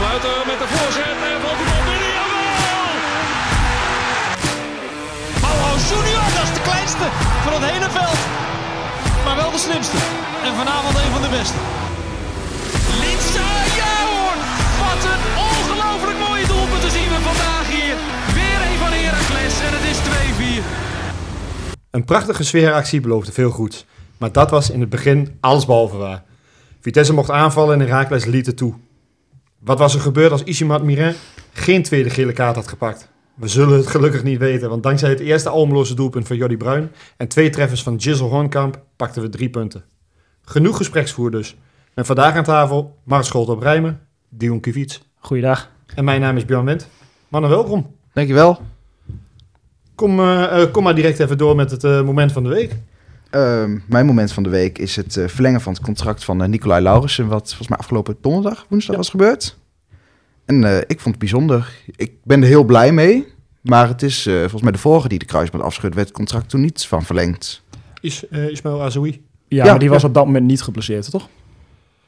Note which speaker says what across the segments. Speaker 1: Kuiten met de voorzet en valt die bal binnen. Jawel! Mauro Junior, dat is de kleinste van het hele veld. Maar wel de slimste. En vanavond een van de beste. Linsa, ja hoor! Wat een ongelooflijk mooie doelpunten zien we vandaag hier. Weer een van Heracles en het is 2-4.
Speaker 2: Een prachtige sfeeractie beloofde veel goeds, maar dat was in het begin allesbehalve waar. Vitesse mocht aanvallen en Herakles liet het toe. Wat was er gebeurd als Ishimat Mirin geen tweede gele kaart had gepakt? We zullen het gelukkig niet weten, want dankzij het eerste almeloze doelpunt van Jordi Bruin en twee treffers van Jizzle Hornkamp pakten we drie punten. Genoeg gespreksvoer dus. En vandaag aan tafel Mart Scholt op Rijmen, Dion Kivits.
Speaker 3: Goeiedag.
Speaker 2: En mijn naam is Björn Wendt. Mannen, welkom.
Speaker 4: Dankjewel.
Speaker 2: Kom, eh, eh, kom maar direct even door met het eh, moment van de week.
Speaker 4: Ehm mijn moment van de week is het eh, verlengen van het contract van eh, Nicolai Laurensen. Wat volgens mij afgelopen donderdag, woensdag was gebeurd. En eh, ik vond het bijzonder. Ik ben er heel blij mee. Maar het is eh, volgens mij de vorige die de kruisband afschudde, werd het contract toen niet van verlengd.
Speaker 2: Is, eh, Ismail Azoui.
Speaker 3: Ja,
Speaker 4: Ja,
Speaker 3: maar die was
Speaker 4: ja.
Speaker 3: op dat moment niet geblesseerd, toch?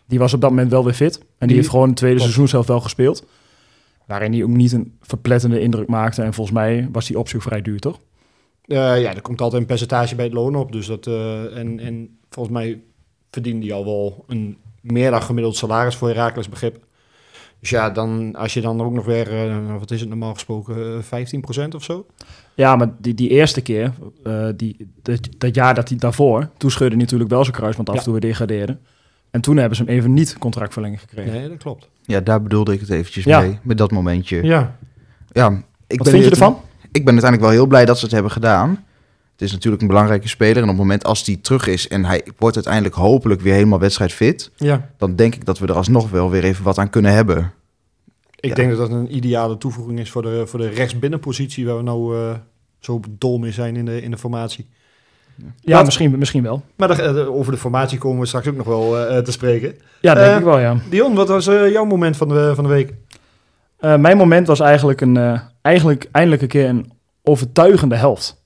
Speaker 3: Die was op dat moment wel weer fit. En die,
Speaker 2: Die-
Speaker 3: heeft gewoon het tweede
Speaker 2: Klopt.
Speaker 3: seizoen zelf wel gespeeld. Waarin hij ook niet een verplettende indruk maakte. En volgens mij was die optie ook vrij duur, toch?
Speaker 2: Eh, ja, er komt altijd een percentage bij het loon op. Dus dat, eh, en, en volgens mij verdiende hij al wel een meer dan gemiddeld salaris voor Herakles begrip. Dus ja, dan, als je dan ook nog weer, eh, wat is het normaal gesproken, eh, 15% of zo?
Speaker 3: Ja, maar die, die eerste keer, eh, die, dat, dat jaar dat hij daarvoor, toen scheurde hij natuurlijk wel zijn kruis, want af en
Speaker 2: Ja.
Speaker 3: toe weer degradeerde. En toen hebben ze hem even niet contractverlenging gekregen.
Speaker 2: Nee, dat klopt.
Speaker 4: Ja, daar bedoelde ik het eventjes
Speaker 3: Ja.
Speaker 4: mee, met dat momentje. Ja,
Speaker 2: Ja,
Speaker 4: ik
Speaker 3: Wat
Speaker 4: ben
Speaker 3: vind je
Speaker 4: hier-
Speaker 3: ervan?
Speaker 4: Ik ben uiteindelijk wel heel blij dat ze het hebben gedaan. Het is natuurlijk een belangrijke speler. En op het moment als die terug is en hij wordt uiteindelijk hopelijk weer helemaal wedstrijdfit...
Speaker 2: ja.
Speaker 4: dan denk ik dat we er alsnog wel weer even wat aan kunnen hebben.
Speaker 2: Ik
Speaker 4: Ja.
Speaker 2: denk dat dat een ideale toevoeging is voor de, voor de rechtsbinnenpositie waar we nou eh, zo dol mee zijn in de, in de formatie.
Speaker 3: Ja,
Speaker 2: Wat?
Speaker 3: misschien, misschien wel.
Speaker 2: Maar daar- eh, over de formatie komen we straks ook nog wel eh, te spreken.
Speaker 3: Ja, denk
Speaker 2: Eh,
Speaker 3: ik wel, ja.
Speaker 2: Dion, wat was eh, jouw moment van de, van de week?
Speaker 3: Eh, mijn moment was eigenlijk, een, eh, eigenlijk eindelijk een keer een overtuigende helft.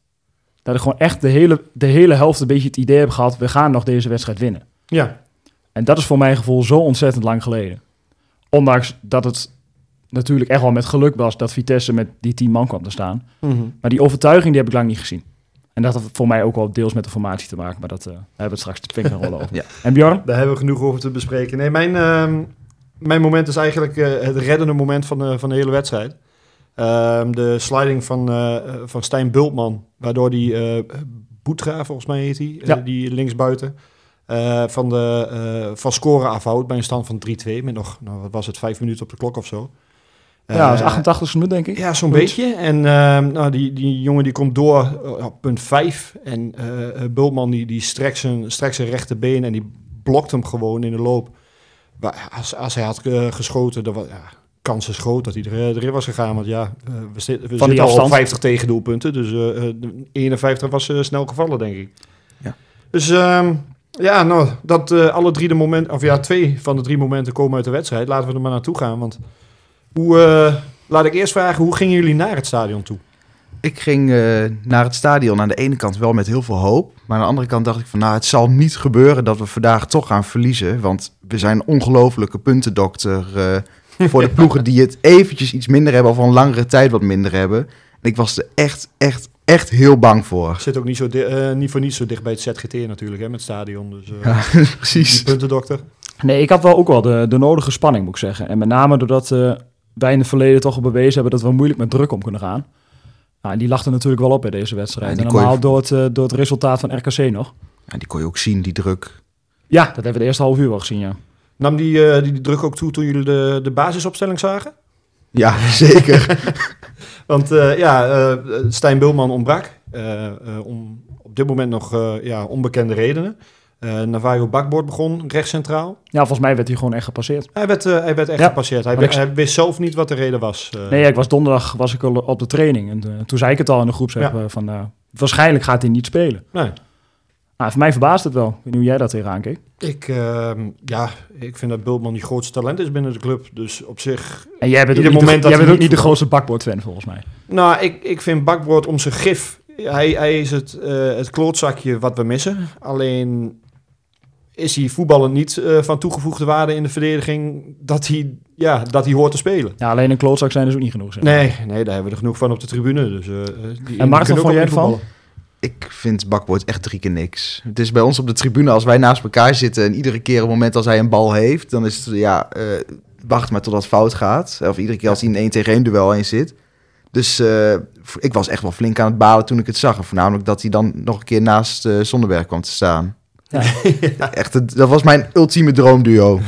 Speaker 3: Dat ik gewoon echt de hele, de hele helft een beetje het idee heb gehad... we gaan nog deze wedstrijd winnen.
Speaker 2: Ja,
Speaker 3: En dat is voor mijn gevoel zo ontzettend lang geleden. Ondanks dat het natuurlijk echt wel met geluk was... dat Vitesse met die tien man kwam te staan.
Speaker 4: Mhm.
Speaker 3: Maar die overtuiging die heb ik lang niet gezien. En dat had voor mij ook wel deels met de formatie te maken. Maar dat eh, daar hebben we het straks de vinger rollen over.
Speaker 4: Ja.
Speaker 3: En Bjorn?
Speaker 2: daar hebben we genoeg over te bespreken. Nee, mijn, ehm, mijn moment is eigenlijk eh, het reddende moment van de, van de hele wedstrijd. Ehm, de sliding van, eh, eh, van Stijn Bultman, waardoor die eh Boetra, volgens mij heet hij, eh,
Speaker 3: Ja.
Speaker 2: die linksbuiten, eh, van, de, eh, van scoren afhoudt bij een stand van 3-2 met nog, nou, wat was het, vijf minuten op de klok of zo.
Speaker 3: ja, dat is
Speaker 2: Eh,
Speaker 3: 88 minuut denk ik.
Speaker 2: Ja, zo'n
Speaker 3: Goed.
Speaker 2: beetje. En ehm, nou, die, die jongen die komt door eh, op punt 5. En eh eh, Bultman die, die strekt, zijn, strekt zijn rechterbeen en die blokt hem gewoon in de loop. Maar als, als hij had eh, geschoten, dan was, ja, kans is groot dat hij er, eh, erin was gegaan. Want ja, eh, we, zit- we
Speaker 3: die
Speaker 2: zitten al op
Speaker 3: afstand.
Speaker 2: 50 tegendoelpunten. Dus eh, eh, de 51 was eh, snel gevallen, denk ik.
Speaker 4: Ja.
Speaker 2: Dus ehm, ja, nou, dat eh, alle drie de momenten, of ja, twee van de drie momenten komen uit de wedstrijd. Laten we er maar naartoe gaan. Want hoe, eh, laat ik eerst vragen, hoe gingen jullie naar het stadion toe?
Speaker 4: Ik ging eh, naar het stadion aan de ene kant wel met heel veel hoop. Maar aan de andere kant dacht ik van nou, het zal niet gebeuren dat we vandaag toch gaan verliezen. Want we zijn een ongelofelijke puntendokter eh, voor de ploegen die het eventjes iets minder hebben of al een langere tijd wat minder hebben. En ik was er echt, echt, echt heel bang voor.
Speaker 2: Zit ook niet, zo di- eh, niet voor niets zo dicht bij het ZGT natuurlijk, hè, met het stadion. Dus eh
Speaker 4: Ja,
Speaker 2: die
Speaker 4: precies.
Speaker 2: puntendokter.
Speaker 3: Nee, ik had wel ook wel de, de nodige spanning, moet ik zeggen. En met name doordat eh, wij in het verleden toch al bewezen hebben dat we moeilijk met druk om kunnen gaan. Nou, en die lachten natuurlijk wel op bij deze wedstrijd.
Speaker 4: Ja,
Speaker 3: en
Speaker 4: die kon
Speaker 3: normaal
Speaker 4: je-
Speaker 3: door, het, eh, door het resultaat van RKC nog.
Speaker 4: Ja, die kon je ook zien, die druk.
Speaker 3: Ja, dat hebben we de eerste half uur wel gezien, ja.
Speaker 2: Nam die, eh, die, die druk ook toe toen jullie de, de basisopstelling zagen?
Speaker 4: Ja, zeker.
Speaker 2: Want eh, ja, eh, eh, Stijn Bulman ontbrak. eh, eh, om op dit moment nog eh, ja, onbekende redenen. Eh Navajo Bakboord begon, rechtscentraal.
Speaker 3: Ja, volgens mij werd hij gewoon echt gepasseerd.
Speaker 2: Hij werd, eh, hij werd echt
Speaker 3: Ja,
Speaker 2: gepasseerd. Hij,
Speaker 3: want
Speaker 2: wi- hij wist zelf niet wat de reden was. eh.
Speaker 3: Nee, ja, ik was donderdag was ik al op de training. En eh, toen zei ik het al in de groep, zeg,
Speaker 2: Ja.
Speaker 3: eh, van eh, waarschijnlijk gaat hij niet spelen.
Speaker 2: Nee.
Speaker 3: Nou, voor mij verbaast het wel. Ik weet niet hoe jij dat tegenaan keek.
Speaker 2: Ik, ehm, ja, ik vind dat Bulman die grootste talent is binnen de club. Dus op zich...
Speaker 3: En jij bent ook,
Speaker 2: Ieder
Speaker 3: niet de,
Speaker 2: moment dat
Speaker 3: jij
Speaker 2: hij
Speaker 3: bent ook
Speaker 2: niet
Speaker 3: niet de grootste bakboordfan, volgens mij.
Speaker 2: Nou, ik, ik vind Bakboord om zijn gif... Hij, hij is het, eh, het klootzakje wat we missen. Alleen... is hij voetballen niet eh, van toegevoegde waarde in de verdediging dat hij, ja, dat hij hoort te spelen.
Speaker 3: Ja, alleen een klootzak zijn is ook niet genoeg. Zeg.
Speaker 2: Nee, nee, daar hebben we er genoeg van op de tribune. Dus, eh, eh, die
Speaker 3: En Maarten,
Speaker 2: kunnen ook
Speaker 3: vond jij
Speaker 2: niet
Speaker 3: ervan?
Speaker 2: voetballen.
Speaker 4: Ik vind bakwoord echt drie keer niks. Het is bij ons op de tribune, als wij naast elkaar zitten en iedere keer op het moment als hij een bal heeft, dan is het ja, eh, wacht maar totdat het fout gaat. Of iedere keer als hij in een 1 tegen 1 duel heen zit. Dus eh, ik was echt wel flink aan het balen toen ik het zag. En voornamelijk dat hij dan nog een keer naast eh Zonderberg kwam te staan.
Speaker 3: Ja.
Speaker 4: Ja, echt, het- dat was mijn ultieme droomduo.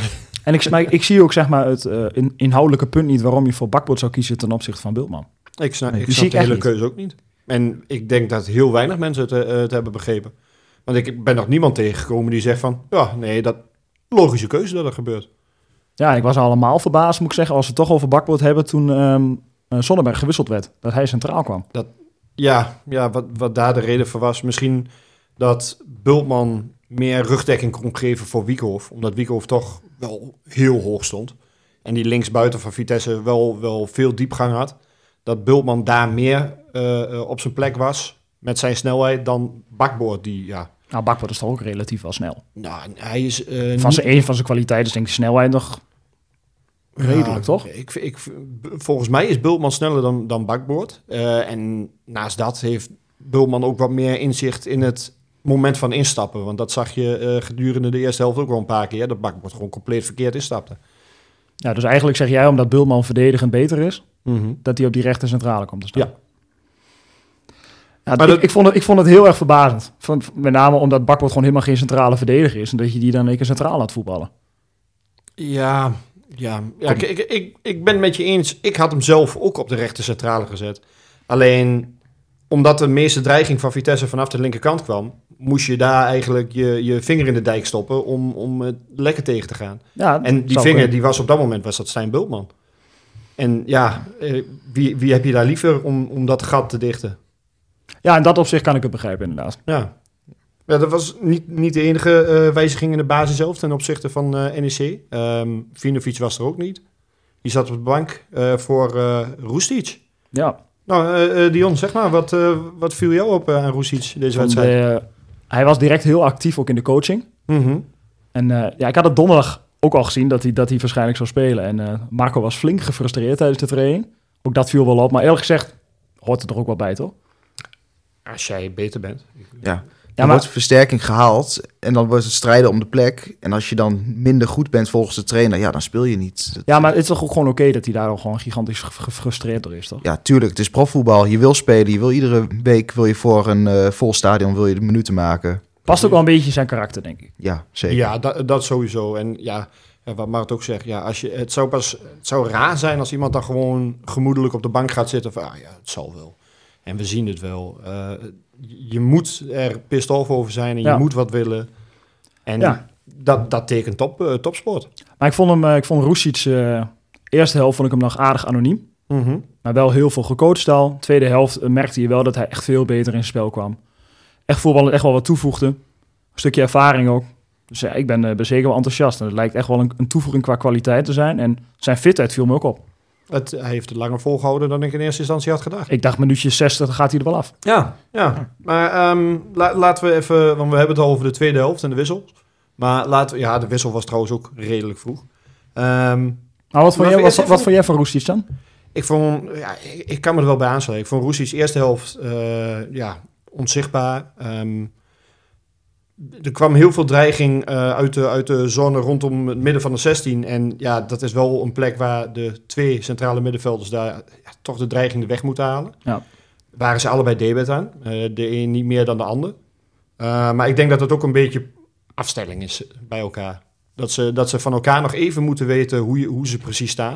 Speaker 3: En ik, maar ik- ik zie ook zeg maar, het eh, in- inhoudelijke punt niet waarom je voor bakbord zou kiezen ten opzichte van Bultman.
Speaker 2: Ik snap,
Speaker 4: Nee,
Speaker 2: ik
Speaker 3: die
Speaker 2: snap
Speaker 3: zie
Speaker 2: de
Speaker 3: ik
Speaker 2: hele
Speaker 3: echt
Speaker 2: keuze ook niet. En ik denk dat heel weinig mensen het, eh, het hebben begrepen. Want ik ben nog niemand tegengekomen die zegt van... Ja, nee, dat logische keuze dat er gebeurt.
Speaker 3: Ja, ik was allemaal verbaasd, moet ik zeggen, als we het toch over bakbord hebben toen ehm eh, Sonnenberg gewisseld werd. Dat hij centraal kwam.
Speaker 2: Ja, ja wat, wat daar de reden voor was. Misschien dat Bultman meer rugdekking kon geven voor Wiekhoff. Omdat Wiekhoff toch wel heel hoog stond. En die linksbuiten van Vitesse wel, wel veel diepgang had. Dat Bultman daar meer eh, eh, op zijn plek was met zijn snelheid dan Bakboord. Die, ja,
Speaker 3: Nou, bakbord is toch ook relatief wel snel.
Speaker 2: nou, hij is... eh,
Speaker 3: Van zijn, een van zijn kwaliteiten is denk ik snelheid nog redelijk,
Speaker 2: Ja,
Speaker 3: toch?
Speaker 2: Ik, ik, volgens mij is Bultman sneller dan, dan Bakboord. Eh, en naast dat heeft Bultman ook wat meer inzicht in het moment van instappen. Want dat zag je eh, gedurende de eerste helft ook wel een paar keer. Dat Bakboord gewoon compleet verkeerd instapte.
Speaker 3: Ja, dus eigenlijk zeg jij, omdat Bultman verdedigend beter is, dat hij op die rechter centrale komt te staan.
Speaker 2: Ja.
Speaker 3: Ja,
Speaker 2: Maar
Speaker 3: ik,
Speaker 2: dat-
Speaker 3: ik, vond het, ik vond het heel erg verbazend. Van, met name omdat Bakbord gewoon helemaal geen centrale verdediger is. En dat je die dan een keer centraal laat voetballen.
Speaker 2: Ja, ja. ja
Speaker 3: Kom.
Speaker 2: ik, ik, ik, ik ben het met je eens. Ik had hem zelf ook op de rechter centrale gezet. Alleen omdat de meeste dreiging van Vitesse vanaf de linkerkant kwam, moest je daar eigenlijk je, je vinger in de dijk stoppen om, om het lekker tegen te gaan.
Speaker 3: Ja, dat
Speaker 2: En die
Speaker 3: zou
Speaker 2: vinger
Speaker 3: kunnen.
Speaker 2: die was op dat moment was dat Stijn Bultman. En ja, eh, wie, wie heb je daar liever om, om dat gat te dichten?
Speaker 3: Ja, in dat opzicht kan ik het begrijpen, inderdaad.
Speaker 2: Ja, ja dat was niet, niet de enige eh, wijziging in de basis zelf ten opzichte van eh, NEC. Ehm Vinovic was er ook niet. Die zat op de bank eh, voor eh Roestic.
Speaker 3: Ja,
Speaker 2: Nou, eh, eh, Dion, zeg maar, wat, eh, wat viel jou op eh, aan Roestic deze
Speaker 3: want,
Speaker 2: wedstrijd?
Speaker 3: eh, hij was direct heel actief ook in de coaching.
Speaker 2: Mhm.
Speaker 3: En eh, ja, ik had het donderdag ook al gezien dat hij, dat hij waarschijnlijk zou spelen. En eh, Marco was flink gefrustreerd tijdens de training. Ook dat viel wel op. Maar eerlijk gezegd hoort het er ook wel bij, toch?
Speaker 2: Als jij beter bent.
Speaker 4: Ja.
Speaker 3: maar-
Speaker 4: Dan wordt versterking gehaald en dan wordt het strijden om de plek. En als je dan minder goed bent volgens de trainer, ja, dan speel je niet.
Speaker 3: Ja, maar het is toch ook gewoon oké dat hij daar al gewoon gigantisch ge- gefrustreerd door is, toch?
Speaker 4: Ja, tuurlijk, het is profvoetbal. Je wil spelen, je wil iedere week wil je voor een eh, vol stadion wil je de minuten maken.
Speaker 3: Past ook wel een beetje in zijn karakter, denk ik.
Speaker 4: Ja, zeker.
Speaker 2: Ja, dat, dat sowieso. En ja, eh, wat Mart ook zegt, ja, als je, het, zou pas, het zou raar zijn als iemand dan gewoon gemoedelijk op de bank gaat zitten van, ah ja, het zal wel. En we zien het wel. Eh, je moet er pissed off over zijn en
Speaker 3: Ja.
Speaker 2: je moet wat willen. En
Speaker 3: Ja.
Speaker 2: dat, dat tekent top, eh, topsport.
Speaker 3: Maar ik vond hem, eh, ik vond Rusic, eh eerste helft vond ik hem nog aardig anoniem.
Speaker 2: Mhm.
Speaker 3: Maar wel heel veel gecoacht al. Tweede helft eh, merkte je wel dat hij echt veel beter in het spel kwam. Echt voetballen echt wel wat toevoegde. Een stukje ervaring ook. Dus ja, ik ben, eh, ben zeker wel enthousiast. En het lijkt echt wel een, een toevoeging qua kwaliteit te zijn. En zijn fitheid viel me ook op.
Speaker 2: Het, hij heeft het langer volgehouden dan ik in eerste instantie had gedacht.
Speaker 3: Ik dacht, minuutje 60 dan gaat hij er wel af.
Speaker 2: Ja, ja. maar ehm, la- laten we even, want we hebben het al over de tweede helft en de wissel. Maar laten we, ja, de wissel was trouwens ook redelijk vroeg. Ehm,
Speaker 3: Maar wat vond,
Speaker 2: Maar
Speaker 3: jij,
Speaker 2: vind
Speaker 3: wat,
Speaker 2: je-
Speaker 3: wat vond jij van Roestic dan?
Speaker 2: Ik vond, ja, ik, ik kan me er wel bij aansluiten. Ik vond Roestic's eerste helft eh, ja, onzichtbaar. Ehm, er kwam heel veel dreiging eh, uit, de, uit de zone rondom het midden van de 16. En ja, dat is wel een plek waar de twee centrale middenvelders daar ja, toch de dreiging de weg moeten halen.
Speaker 3: Ja.
Speaker 2: Waren ze allebei debet aan. Eh, de een niet meer dan de ander. Eh, maar ik denk dat het ook een beetje afstelling is bij elkaar. Dat ze, dat ze van elkaar nog even moeten weten hoe, je, hoe ze precies staan.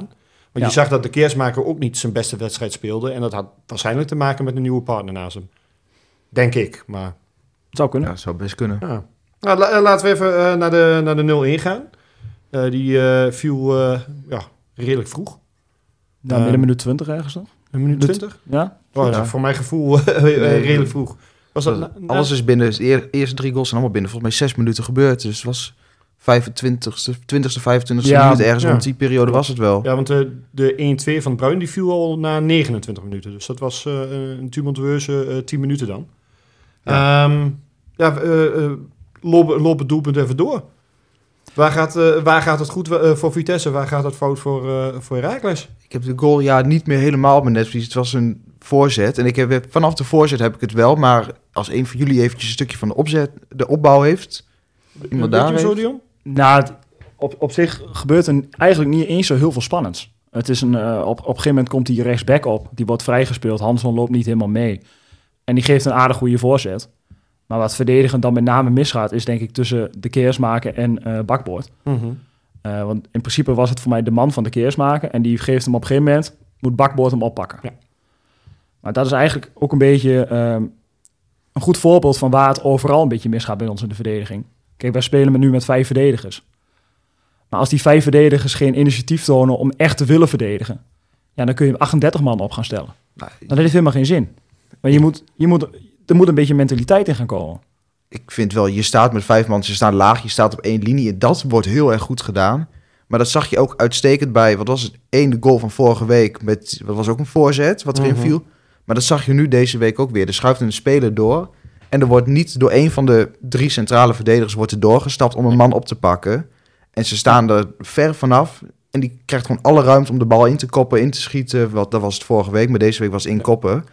Speaker 2: Want
Speaker 3: Ja.
Speaker 2: je zag dat de Keersmaker ook niet zijn beste wedstrijd speelde. En dat had waarschijnlijk te maken met een nieuwe partner naast hem. Denk ik, maar...
Speaker 3: Zou kunnen.
Speaker 4: Ja, zou best kunnen.
Speaker 2: Ja. Nou, la- eh, laten we even eh, naar de, naar de 0-1 gaan. Eh, die eh, viel eh, ja, redelijk vroeg.
Speaker 3: Nou,
Speaker 2: Eh,
Speaker 3: midden minuut 20 ergens toch?
Speaker 2: Een minuut
Speaker 3: Doet-
Speaker 2: 20.
Speaker 3: Ja?
Speaker 2: Oh,
Speaker 4: Ja.
Speaker 2: dat is Voor mijn gevoel eh, eh, redelijk vroeg. Was dat, na- na-
Speaker 4: Alles is binnen, de eer- eerste drie goals zijn allemaal binnen volgens mij zes minuten gebeurd. Dus het was 25ste, 20ste, 25ste
Speaker 3: Ja,
Speaker 4: minuut ergens
Speaker 2: ja.
Speaker 4: rond die periode was het wel.
Speaker 2: Ja, want eh, de 1-2 van Bruin die viel al na 29 minuten. Dus dat was eh, een tumultueuze eh 10 minuten dan. Ehm, Ja, eh eh loop, loop het doelpunt even door. Waar gaat, eh, waar gaat het goed eh, voor Vitesse? Waar gaat het fout voor, eh voor Heracles?
Speaker 4: Ik heb de goal ja niet meer helemaal op mijn netvlies. Het was een voorzet. En ik heb, vanaf de voorzet heb ik het wel. Maar als een van jullie eventjes een stukje van de, opzet, de opbouw heeft. Iemand
Speaker 2: Weet je
Speaker 4: daar
Speaker 2: hem
Speaker 4: heeft.
Speaker 2: zo, Dion?
Speaker 3: Nou, het- op, op zich gebeurt er eigenlijk niet eens zo heel veel spannends. Het is een, eh, op, op een gegeven moment komt hij rechtsback op. Die wordt vrijgespeeld. Hanson loopt niet helemaal mee. En die geeft een aardig goede voorzet. Maar wat verdedigend dan met name misgaat... is denk ik tussen de keers maken en eh bakboord.
Speaker 2: Mhm.
Speaker 3: Eh, want in principe was het voor mij de man van de keersmaker. En die geeft hem op een gegeven moment, moet bakboord hem oppakken.
Speaker 2: Ja.
Speaker 3: Maar dat is eigenlijk ook een beetje ehm, een goed voorbeeld van waar het overal een beetje misgaat bij ons in de verdediging. Kijk, wij spelen met nu met vijf verdedigers. Maar als die vijf verdedigers geen initiatief tonen om echt te willen verdedigen, ja, dan kun je 38 man op gaan stellen.
Speaker 4: Nou,
Speaker 3: Dan heeft het helemaal geen zin. Maar je moet, je moet, er moet een beetje mentaliteit in gaan komen.
Speaker 4: ik vind wel, je staat met vijf man, je staat laag, je staat op één linie. En dat wordt heel erg goed gedaan. Maar dat zag je ook uitstekend bij, wat was het, één goal van vorige week. Met, wat was ook een voorzet, wat erin
Speaker 2: Mhm.
Speaker 4: viel. Maar dat zag je nu deze week ook weer. Er schuift een speler door. En er wordt niet door één van de drie centrale verdedigers wordt er doorgestapt om een man op te pakken. En ze staan er ver vanaf. En die krijgt gewoon alle ruimte om de bal in te koppen, in te schieten. Wat, dat was het vorige week, maar deze week was inkoppen. En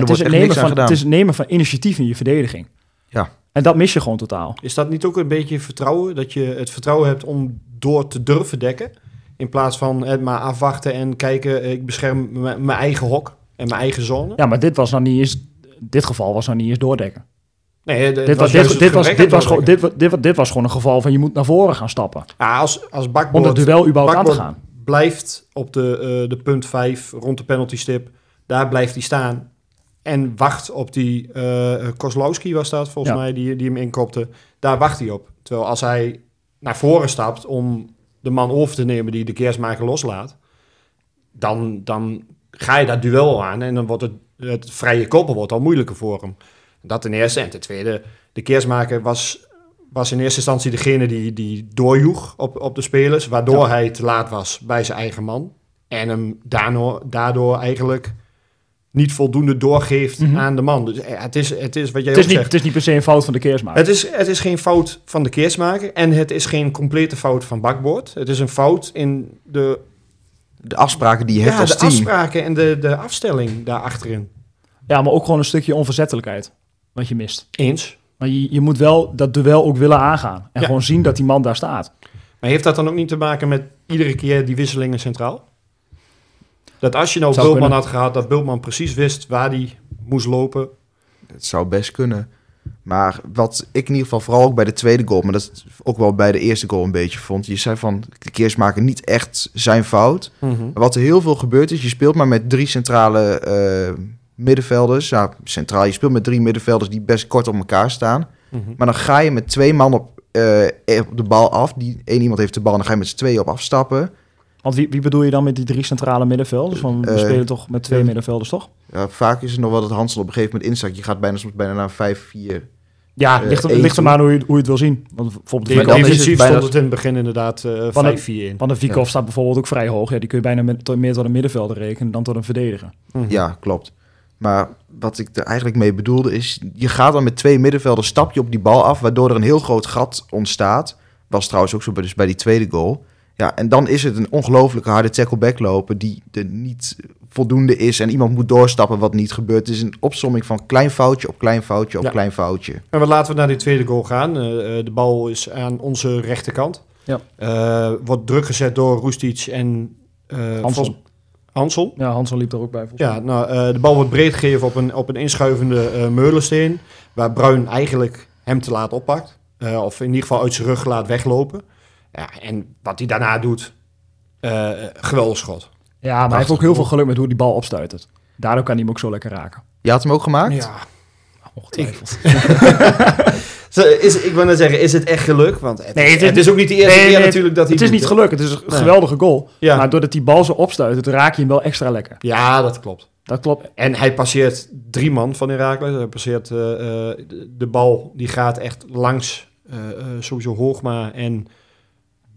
Speaker 4: er
Speaker 3: het, is het,
Speaker 4: wordt echt niks
Speaker 3: nemen
Speaker 4: aan
Speaker 3: van,
Speaker 4: gedaan.
Speaker 3: het is het nemen van initiatief in je verdediging.
Speaker 4: Ja.
Speaker 3: En dat mis je gewoon totaal.
Speaker 2: Is dat niet ook een beetje vertrouwen? Dat je het vertrouwen hebt om door te durven dekken? In plaats van het maar afwachten en kijken, eh, ik bescherm m- mijn eigen hok en mijn eigen zone.
Speaker 3: Ja, maar dit was dan niet eens. Dit geval was dan niet eens doordekken.
Speaker 2: Nee, eh, het- het
Speaker 3: Dit was,
Speaker 2: juist
Speaker 3: dit,
Speaker 2: het
Speaker 3: dit, was,
Speaker 2: gebrek
Speaker 3: dit,
Speaker 2: aan
Speaker 3: was gewoon,
Speaker 2: doordekken.
Speaker 3: dit, wa- dit, wa- dit was gewoon een geval van je moet naar voren gaan stappen.
Speaker 2: Ja, als, als
Speaker 3: Om
Speaker 2: bakboord...
Speaker 3: dat duel überhaupt aan te
Speaker 2: Bakboord
Speaker 3: gaan.
Speaker 2: blijft op de, eh, de punt 5 rond de penalty stip. Daar blijft hij staan. En wacht op die eh Kozlowski was dat volgens
Speaker 3: Ja.
Speaker 2: mij, die, die hem inkopte. Daar wacht hij op. Terwijl als hij naar voren stapt om de man over te nemen die de kerstmaker loslaat, dan, dan ga je dat duel aan en dan wordt het, het vrije koppel wordt al moeilijker voor hem. Dat ten eerste. En ten tweede, de kerstmaker was, was in eerste instantie degene die, die doorjoeg op, op de spelers, waardoor hij te laat was bij zijn eigen man. En hem daardoor, daardoor eigenlijk niet voldoende doorgeeft
Speaker 3: Mhm.
Speaker 2: aan de man. Dus eh, het is, het is wat jij
Speaker 3: Het is,
Speaker 2: ook
Speaker 3: niet,
Speaker 2: zegt.
Speaker 3: het is niet per se een fout van de keersmaker.
Speaker 2: Het is, het is geen fout van de keersmaker en het is geen complete fout van bakboord. Het is een fout in de,
Speaker 4: De afspraken die je hebt
Speaker 2: ja,
Speaker 4: als
Speaker 2: de
Speaker 4: team.
Speaker 2: afspraken en de, de afstelling daarachterin.
Speaker 3: Ja, maar ook gewoon een stukje onverzettelijkheid. Wat je mist.
Speaker 2: Eens.
Speaker 3: Maar je, je moet wel dat duel ook willen aangaan. En
Speaker 2: Ja.
Speaker 3: gewoon zien dat die man daar staat.
Speaker 2: Maar heeft dat dan ook niet te maken met iedere keer die wisselingen centraal? Dat als je nou
Speaker 3: Zou
Speaker 2: Bultman
Speaker 3: kunnen.
Speaker 2: had gehad, dat Bultman precies wist waar hij moest lopen.
Speaker 4: Het zou best kunnen. Maar wat ik in ieder geval vooral ook bij de tweede goal, maar dat is ook wel bij de eerste goal een beetje vond. Je zei van de keersmaker niet echt zijn fout. Maar wat er heel veel gebeurt is, je speelt maar met drie centrale eh, middenvelders. Ja, centraal, je speelt met drie middenvelders die best kort op elkaar staan.
Speaker 2: Mhm.
Speaker 4: Maar dan ga je met twee man op, eh, op de bal af. Die één iemand heeft de bal en dan ga je met z'n tweeën op afstappen.
Speaker 3: Want wie, wie bedoel je dan met die drie centrale middenvelders? Want we
Speaker 4: Eh,
Speaker 3: spelen toch met twee middenvelders, toch?
Speaker 4: Ja, vaak is het nog wel dat Hansel op een gegeven moment instakt. Je gaat bijna soms bijna naar een 5-4.
Speaker 3: Ja,
Speaker 4: eh,
Speaker 3: ligt, er-
Speaker 4: één
Speaker 3: ligt er
Speaker 4: toe.
Speaker 3: maar aan hoe je, hoe je het wil zien. Want bijvoorbeeld
Speaker 4: Maar dan is het
Speaker 2: Defensief
Speaker 4: bijna-
Speaker 2: stond het in het begin inderdaad eh, 5-4
Speaker 3: een-
Speaker 2: in.
Speaker 3: Want een Vikov staat bijvoorbeeld ook vrij hoog. Ja, die kun je bijna met- tot- meer tot een middenvelder rekenen dan tot een verdediger.
Speaker 4: Ja, klopt. Maar wat ik er eigenlijk mee bedoelde is... je gaat dan met twee middenvelders stap je op die bal af... waardoor er een heel groot gat ontstaat. Was trouwens ook zo bij, dus bij die tweede goal. Ja, en dan is het een ongelooflijke harde tackle-back lopen... die er niet voldoende is en iemand moet doorstappen wat niet gebeurt. Het is een opsomming van klein foutje op klein foutje op
Speaker 2: Ja.
Speaker 4: klein foutje.
Speaker 2: En wat laten we naar die tweede goal gaan. Eh, eh, de bal is aan onze rechterkant.
Speaker 3: Ja.
Speaker 2: Eh, wordt druk gezet door Roestic en eh,
Speaker 3: Hanson.
Speaker 2: vol- Hansel.
Speaker 3: Ja, Hansel liep daar ook bij.
Speaker 2: Ja, nou, eh, de bal wordt breed gegeven op een, op een inschuivende eh meulensteen. Waar Bruin eigenlijk hem te laat oppakt. Eh, of in ieder geval uit zijn rug laat weglopen. Ja, en wat hij daarna doet, eh geweldig schot.
Speaker 3: Ja, maar hij heeft ook heel veel geluk met hoe die bal opstuit. het. Daardoor kan hij hem ook zo lekker raken.
Speaker 4: Je had hem ook gemaakt?
Speaker 2: Ja. Zo, Is, ik wil net zeggen, is het echt geluk? Want het,
Speaker 3: Nee, het is-
Speaker 2: ook niet de
Speaker 3: nee, nee,
Speaker 2: dat
Speaker 3: het is
Speaker 2: doet,
Speaker 3: niet
Speaker 2: hè?
Speaker 3: geluk, het is een geweldige goal.
Speaker 2: Ja.
Speaker 3: Maar doordat die bal zo opstuit, het raak je hem wel extra lekker.
Speaker 2: Ja, dat klopt.
Speaker 3: Dat klopt.
Speaker 2: En hij passeert drie man van Herakles. Hij passeert eh, eh, de, de bal, die gaat echt langs eh, eh, sowieso Hoogma en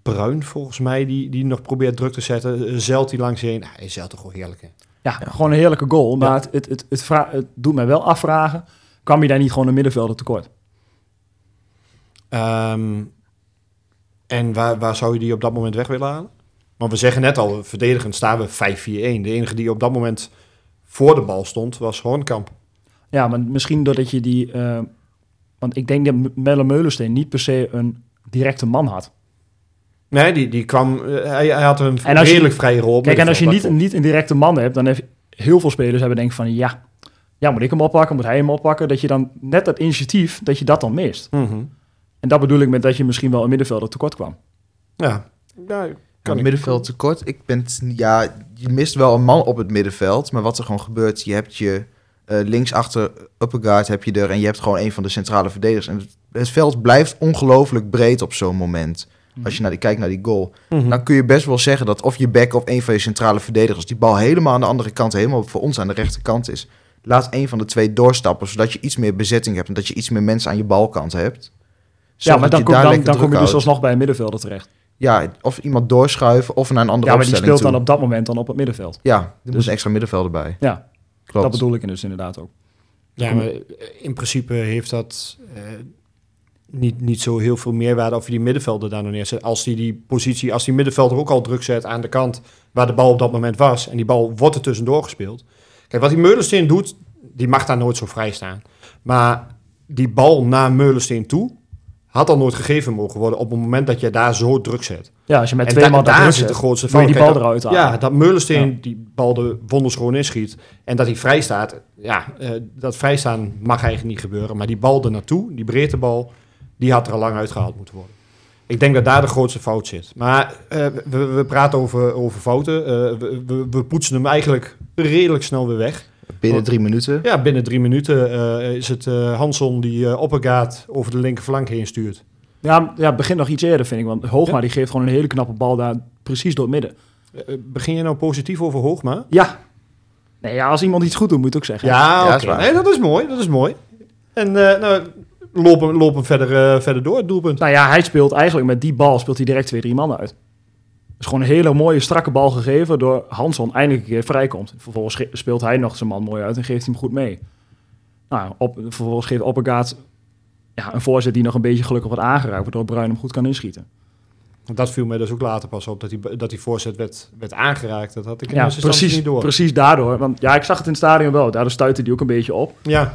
Speaker 2: Bruin, volgens mij, die, die nog probeert druk te zetten. Eh, Zeilt hij langs heen. Ah, hij zeilt toch wel heerlijk, hè?
Speaker 3: Ja, gewoon een heerlijke goal. Maar
Speaker 2: Ja.
Speaker 3: het, het, het, het, vra- het doet mij wel afvragen, kwam je daar niet gewoon een middenvelder tekort?
Speaker 2: Ehm, En waar, waar zou je die op dat moment weg willen halen? Want we zeggen net al, verdedigend staan we 5-4-1. De enige die op dat moment voor de bal stond, was Hornkamp.
Speaker 3: Ja, maar misschien doordat je die... eh, want ik denk dat M- Melle Meulensteen niet per se een directe man had.
Speaker 2: Nee, die, die kwam... eh, hij, hij had een
Speaker 3: En als je-
Speaker 2: redelijk vrije rol. op
Speaker 3: Kijk, en als je niet,
Speaker 2: middenveld.
Speaker 3: niet een directe man hebt, dan heeft heel veel spelers hebben denken van... Ja, ja, moet ik hem oppakken? Moet hij hem oppakken? Dat je dan net dat initiatief, dat je dat dan mist.
Speaker 2: Mhm.
Speaker 3: En dat bedoel ik met dat je misschien wel een middenvelder tekort kwam.
Speaker 2: Ja. ja
Speaker 4: Kan middenveld tekort. Ik ben het- ja, je mist wel een man op het middenveld, maar wat er gewoon gebeurt, je hebt je eh, linksachter upperguard heb je er en je hebt gewoon een van de centrale verdedigers. En het- het veld blijft ongelooflijk breed op zo'n moment. Als je naar die, kijkt naar die goal,
Speaker 3: Mhm.
Speaker 4: dan kun je best wel zeggen dat of je back of een van je centrale verdedigers die bal helemaal aan de andere kant, helemaal voor ons aan de rechterkant is. Laat een van de twee doorstappen, zodat je iets meer bezetting hebt en dat je iets meer mensen aan je balkant hebt.
Speaker 3: ja, maar
Speaker 4: Zodat
Speaker 3: dan,
Speaker 4: je
Speaker 3: kom,
Speaker 4: daar
Speaker 3: dan,
Speaker 4: lekker
Speaker 3: dan kom je
Speaker 4: druk
Speaker 3: dus
Speaker 4: houdt.
Speaker 3: alsnog bij een middenvelder terecht.
Speaker 4: Ja, of iemand doorschuiven of naar een andere
Speaker 3: Ja, maar die
Speaker 4: opstelling
Speaker 3: speelt
Speaker 4: toe.
Speaker 3: dan op dat moment dan op het middenveld.
Speaker 4: Ja, er moet
Speaker 3: Dus-
Speaker 4: een extra middenvelder bij.
Speaker 3: Ja,
Speaker 4: Klopt.
Speaker 3: dat bedoel ik dus inderdaad ook.
Speaker 2: Ja, maar eh, in principe heeft dat eh, niet, niet zo heel veel meerwaarde of je die middenvelder daar nog neerzet. Als die, die positie, als die middenvelder ook al druk zet aan de kant waar de bal op dat moment was en die bal wordt er tussendoor gespeeld. Kijk, wat die Meulensteen doet, die mag daar nooit zo vrij staan. Maar die bal naar Meulensteen toe had al nooit gegeven mogen worden op het moment dat je daar zo druk zet.
Speaker 3: Ja, als je met
Speaker 2: En
Speaker 3: twee
Speaker 2: da-
Speaker 3: man daar
Speaker 2: daar
Speaker 3: druk
Speaker 2: zit
Speaker 3: zet,
Speaker 2: de grootste
Speaker 3: wil je
Speaker 2: fout.
Speaker 3: die
Speaker 2: Kijk,
Speaker 3: bal
Speaker 2: dat-
Speaker 3: eruit halen.
Speaker 2: Ja, dat Meulensteen
Speaker 3: Ja.
Speaker 2: die bal de wonders gewoon inschiet en dat hij vrij staat. Ja, eh, dat vrijstaan mag eigenlijk niet gebeuren. Maar die bal er naartoe, die breedtebal, die had er al lang uitgehaald moeten worden. Ik denk dat daar de grootste fout zit. Maar eh, we, we praten over, over fouten. Eh, we, we, we poetsen hem eigenlijk redelijk snel weer weg.
Speaker 4: Binnen drie minuten.
Speaker 2: Ja, binnen drie minuten eh, is het eh Hanson die eh Oppergaard over de linkerflank heen stuurt.
Speaker 3: Ja, ja, begin nog iets eerder, vind ik. Want Hoogma die geeft gewoon een hele knappe bal daar precies door het midden.
Speaker 2: Eh, begin je nou positief over Hoogma?
Speaker 3: Ja. Nee, ja, als iemand iets goed doet, moet je het ook zeggen.
Speaker 2: Ja,
Speaker 4: Ja,
Speaker 2: oké.
Speaker 4: dat is waar.
Speaker 2: Nee, dat is mooi. Dat is mooi. En eh, nou, lopen, lopen verder, eh, verder door, het doelpunt.
Speaker 3: Nou ja, hij speelt eigenlijk met die bal speelt hij direct twee, drie mannen uit. is gewoon een hele mooie, strakke bal gegeven door Hanson eindelijk een keer vrijkomt. Vervolgens ge- speelt hij nog zijn man mooi uit en geeft hem goed mee. Nou, op, vervolgens geeft Oppergaard ja, een voorzet die nog een beetje gelukkig wordt aangeraakt, waardoor Bruin hem goed kan inschieten.
Speaker 2: Dat viel mij dus ook later pas op, dat die, dat die voorzet werd, werd aangeraakt. Dat had ik in
Speaker 3: Ja,
Speaker 2: eerste instantie
Speaker 3: precies,
Speaker 2: niet door.
Speaker 3: precies daardoor. Want ja, ik zag het in het stadion wel. Daardoor stuitte hij ook een beetje op.
Speaker 2: Ja,
Speaker 3: En